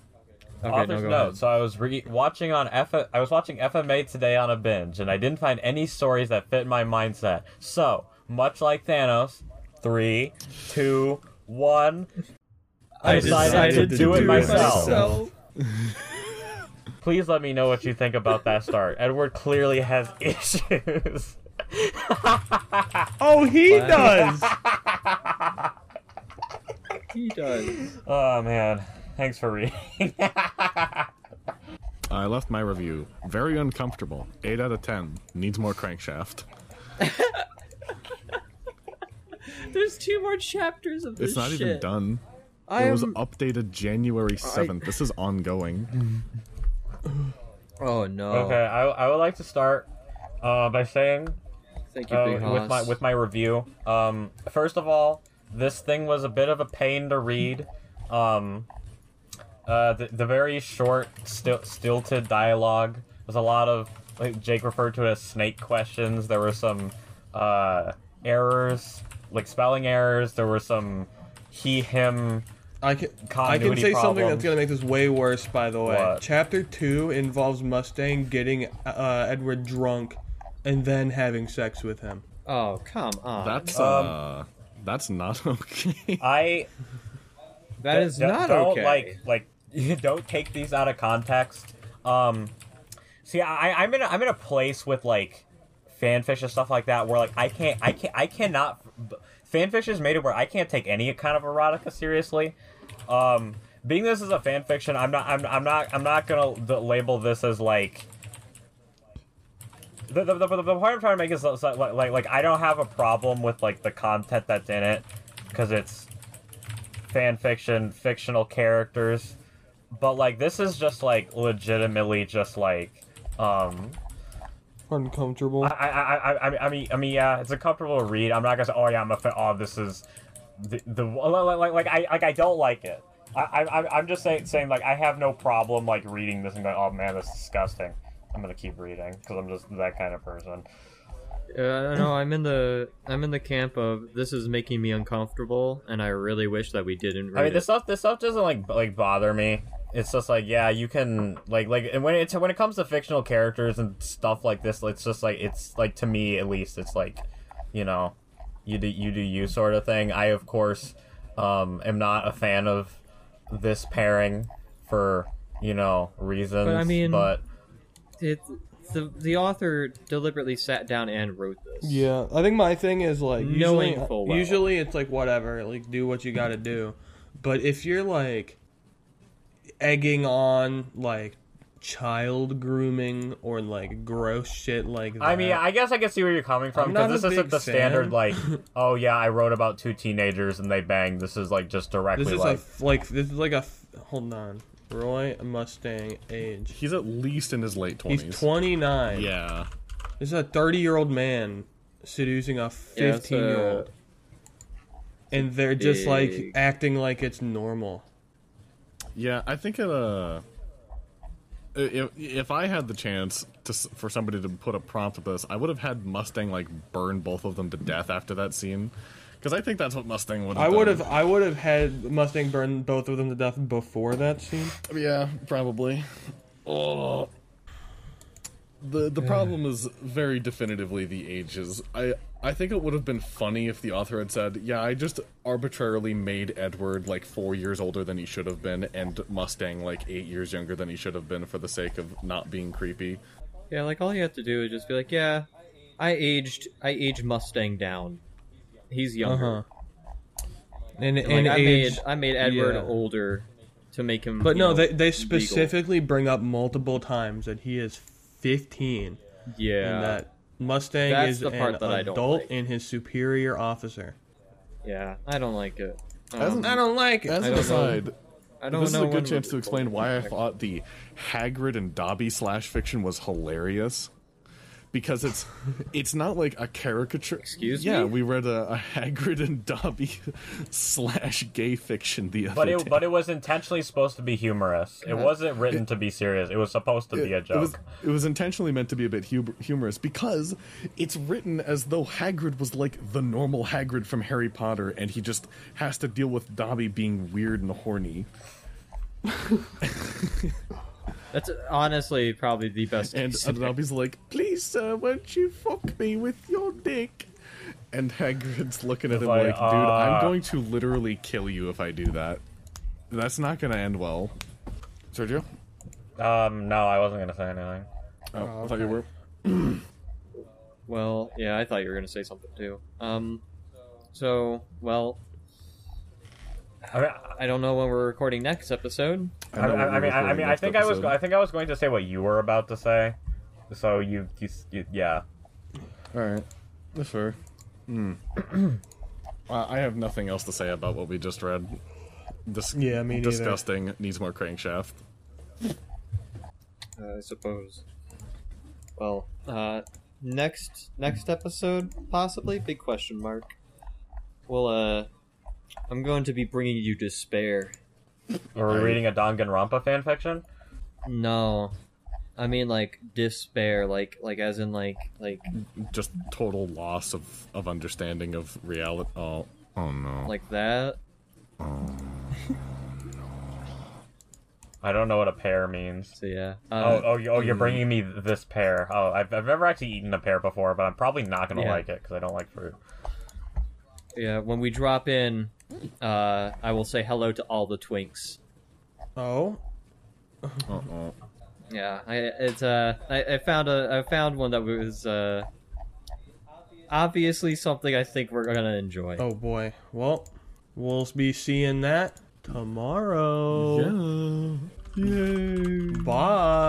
[SPEAKER 4] Okay, no,
[SPEAKER 5] author's
[SPEAKER 4] go
[SPEAKER 5] note.
[SPEAKER 4] ahead.
[SPEAKER 5] So I was re- watching on F. I was watching FMA today on a binge, and I didn't find any stories that fit my mindset. So much like Thanos, three, two, one. I, decided, to, do, it myself. Please let me know what you think about that start. Edward clearly has issues.
[SPEAKER 3] Oh, he does.
[SPEAKER 9] He does.
[SPEAKER 5] Oh man, thanks for reading.
[SPEAKER 2] I left my review. Very uncomfortable. 8 out of 10. Needs more crankshaft.
[SPEAKER 4] There's two more chapters of
[SPEAKER 2] It's not even done.
[SPEAKER 4] I
[SPEAKER 2] It was updated January 7th. This is ongoing.
[SPEAKER 4] Oh no.
[SPEAKER 5] okay, I, I would like to start uh, by saying
[SPEAKER 9] Thank you,
[SPEAKER 5] uh,
[SPEAKER 9] Big Hoss.
[SPEAKER 5] with my with my review. Um, first of all, this thing was a bit of a pain to read. Um, uh, the, the very short, stil- stilted dialogue was a lot of like Jake referred to it as snake questions. There were some uh, errors, like spelling errors. There were some he him.
[SPEAKER 3] I can I can
[SPEAKER 5] Continuity
[SPEAKER 3] say something
[SPEAKER 5] problems.
[SPEAKER 3] that's gonna make this way worse. By the way,
[SPEAKER 5] What?
[SPEAKER 3] chapter two involves Mustang getting uh, Edward drunk, and then having sex with him.
[SPEAKER 4] Oh come on.
[SPEAKER 2] That's uh, that's not okay.
[SPEAKER 5] I
[SPEAKER 4] that is
[SPEAKER 5] Don't-
[SPEAKER 4] not
[SPEAKER 5] don't,
[SPEAKER 4] okay.
[SPEAKER 5] Like, like, don't take these out of context. Um, see, I, I'm in, a, I'm in a place with like fanfish and stuff like that where like I can't, I can't, I cannot. Fanfish has made it where I can't take any kind of erotica seriously. Um, being this is a fanfiction, I'm not, I'm, I'm not, I'm not gonna the, label this as like. The, the, the, the point I'm trying to make is like, like like- like I don't have a problem with like the content that's in it because it's fan fiction, fictional characters, but like this is just like legitimately just like um
[SPEAKER 3] Uncomfortable.
[SPEAKER 5] I I I I- I, I mean I mean yeah, it's a comfortable read. I'm not gonna say oh yeah I'm a fan. Oh this is the, the like, like like I like I don't like it. I, I I- I'm just saying saying like I have no problem like reading this and going oh man that's disgusting. I'm gonna keep reading because I'm just that kind of person.
[SPEAKER 4] Uh, no, I'm in the I'm in the camp of this is making me uncomfortable, and I really wish that we didn't. Read
[SPEAKER 5] I mean, this
[SPEAKER 4] it.
[SPEAKER 5] stuff this stuff doesn't like b- like bother me. It's just like yeah, you can like like and when it's when it comes to fictional characters and stuff like this, it's just like it's like to me at least, it's like you know, you do you do you sort of thing. I of course um am not a fan of this pairing for you know reasons,
[SPEAKER 4] But I mean-
[SPEAKER 5] but
[SPEAKER 4] it the the author deliberately sat down and wrote this.
[SPEAKER 3] Yeah, I think my thing is like
[SPEAKER 4] Knowing
[SPEAKER 3] usually,
[SPEAKER 4] full well.
[SPEAKER 3] usually it's like whatever, like do what you got to do. But if you're like egging on like child grooming or like gross shit like that,
[SPEAKER 5] I mean, I guess I can see where you're coming from
[SPEAKER 3] uh, I'm not
[SPEAKER 5] because this
[SPEAKER 3] a
[SPEAKER 5] isn't
[SPEAKER 3] big
[SPEAKER 5] the standard
[SPEAKER 3] fan.
[SPEAKER 5] like, oh yeah, I wrote about two teenagers and they banged. This is like just directly
[SPEAKER 3] this is
[SPEAKER 5] like
[SPEAKER 3] a f- like this is like a f- hold on. Roy Mustang age.
[SPEAKER 2] He's at least in his late 20s.
[SPEAKER 3] He's 29.
[SPEAKER 2] Yeah.
[SPEAKER 3] This is a 30 year old man seducing a 15 year old. And they're just like
[SPEAKER 9] big-
[SPEAKER 3] acting like it's normal.
[SPEAKER 2] Yeah, I think it, uh, if, if I had the chance to s- for somebody to put a prompt with this, I would have had Mustang like burn both of them to death after that scene, because I think that's what Mustang would. have
[SPEAKER 3] I would
[SPEAKER 2] done.
[SPEAKER 3] have I would have had Mustang burn both of them to death before that scene.
[SPEAKER 2] Yeah, probably. Oh. The the problem is very definitively the ages. I I think it would have been funny if the author had said, "Yeah, I just arbitrarily made Edward like 4 years older than he should have been and Mustang like 8 years younger than he should have been for the sake of not being creepy."
[SPEAKER 4] Yeah, like all you have to do is just be like, yeah, I aged, I aged Mustang down. He's
[SPEAKER 3] Uh
[SPEAKER 2] Uh-huh.
[SPEAKER 4] younger.
[SPEAKER 3] huh. And,
[SPEAKER 4] Uh-huh. Like,
[SPEAKER 3] and
[SPEAKER 4] I
[SPEAKER 3] age,
[SPEAKER 4] made, I made Edward
[SPEAKER 3] yeah.
[SPEAKER 4] older to make him.
[SPEAKER 3] but
[SPEAKER 4] you
[SPEAKER 3] no,
[SPEAKER 4] know,
[SPEAKER 3] they they
[SPEAKER 4] legal.
[SPEAKER 3] specifically bring up multiple times that he is 15
[SPEAKER 4] Yeah,
[SPEAKER 3] and that Mustang
[SPEAKER 4] That's
[SPEAKER 3] is
[SPEAKER 4] the part
[SPEAKER 3] an
[SPEAKER 4] that I don't
[SPEAKER 3] adult
[SPEAKER 4] like.
[SPEAKER 3] and his superior officer.
[SPEAKER 4] yeah. I don't like it. I
[SPEAKER 2] As an-
[SPEAKER 4] don't,
[SPEAKER 3] I don't like it.
[SPEAKER 2] As an
[SPEAKER 4] don't know.
[SPEAKER 2] aside,
[SPEAKER 4] I don't
[SPEAKER 2] this is
[SPEAKER 4] know
[SPEAKER 2] a
[SPEAKER 4] when
[SPEAKER 2] good chance
[SPEAKER 4] we-
[SPEAKER 2] to explain why I thought the Hagrid and Dobby slash fiction was hilarious. Because it's it's not like a caricature.
[SPEAKER 4] Excuse
[SPEAKER 2] Yeah,
[SPEAKER 4] me?
[SPEAKER 2] we read a, a Hagrid and Dobby slash gay fiction the other
[SPEAKER 5] But
[SPEAKER 2] day.
[SPEAKER 5] it, but it was intentionally supposed to be humorous. It wasn't written to be serious. It was supposed to be a joke.
[SPEAKER 2] was, Uh-huh. it was intentionally meant to be a bit hub- humorous because it's written as though Hagrid was like the normal Hagrid from Harry Potter, and he just has to deal with Dobby being weird and horny.
[SPEAKER 4] That's honestly probably the best.
[SPEAKER 2] And uh, Dobby's like, please, sir, won't you fuck me with your dick? And Hagrid's looking at him like,
[SPEAKER 5] Like,
[SPEAKER 2] dude, I'm
[SPEAKER 5] "Ah."
[SPEAKER 2] going to literally kill you if I do that. That's not going to end well. Sergio?
[SPEAKER 5] Um, no, I wasn't gonna say anything.
[SPEAKER 2] Oh, I thought you were.
[SPEAKER 4] Well, yeah, I thought you were gonna say something too. Um, so well,
[SPEAKER 5] I mean,
[SPEAKER 4] I don't know when we're recording next episode.
[SPEAKER 5] I,
[SPEAKER 2] know we
[SPEAKER 5] I, I
[SPEAKER 2] were
[SPEAKER 5] mean, I, I
[SPEAKER 2] recording
[SPEAKER 5] mean, I
[SPEAKER 2] next
[SPEAKER 5] think I was,
[SPEAKER 2] episode.
[SPEAKER 5] I think I was going to say what you were about to say. So you, you, s- you yeah.
[SPEAKER 2] All right, that's fair. Hmm. uh, I have nothing else to say about what we just read. Dis-
[SPEAKER 3] Yeah, me neither.
[SPEAKER 2] disgusting. Needs more crankshaft.
[SPEAKER 3] Uh,
[SPEAKER 4] I suppose. Well, uh, next next episode possibly big question mark. Well, uh, I'm going to be bringing you despair.
[SPEAKER 5] Were we
[SPEAKER 2] I-
[SPEAKER 5] reading a Danganronpa fanfiction?
[SPEAKER 4] No, I mean like despair, like like as in like like
[SPEAKER 2] Just total loss of of understanding of reality. Oh,
[SPEAKER 7] Oh no.
[SPEAKER 4] like that.
[SPEAKER 5] I don't know what a pear means.
[SPEAKER 4] So yeah.
[SPEAKER 5] Oh,
[SPEAKER 4] Uh,
[SPEAKER 5] oh, you- oh,
[SPEAKER 2] mm.
[SPEAKER 5] you're bringing me this pear. Oh, I've, I've never actually eaten a pear before, but I'm probably not gonna
[SPEAKER 4] Yeah.
[SPEAKER 5] like it because I don't like fruit.
[SPEAKER 4] yeah. When we drop in, uh, I will say hello to all the twinks.
[SPEAKER 3] Oh,
[SPEAKER 2] uh oh.
[SPEAKER 4] Yeah, I it's uh I, I found a I found one that was uh obviously something I think we're gonna enjoy.
[SPEAKER 3] oh boy. Well, we'll be seeing that tomorrow.
[SPEAKER 2] Yeah. Yay.
[SPEAKER 3] Bye.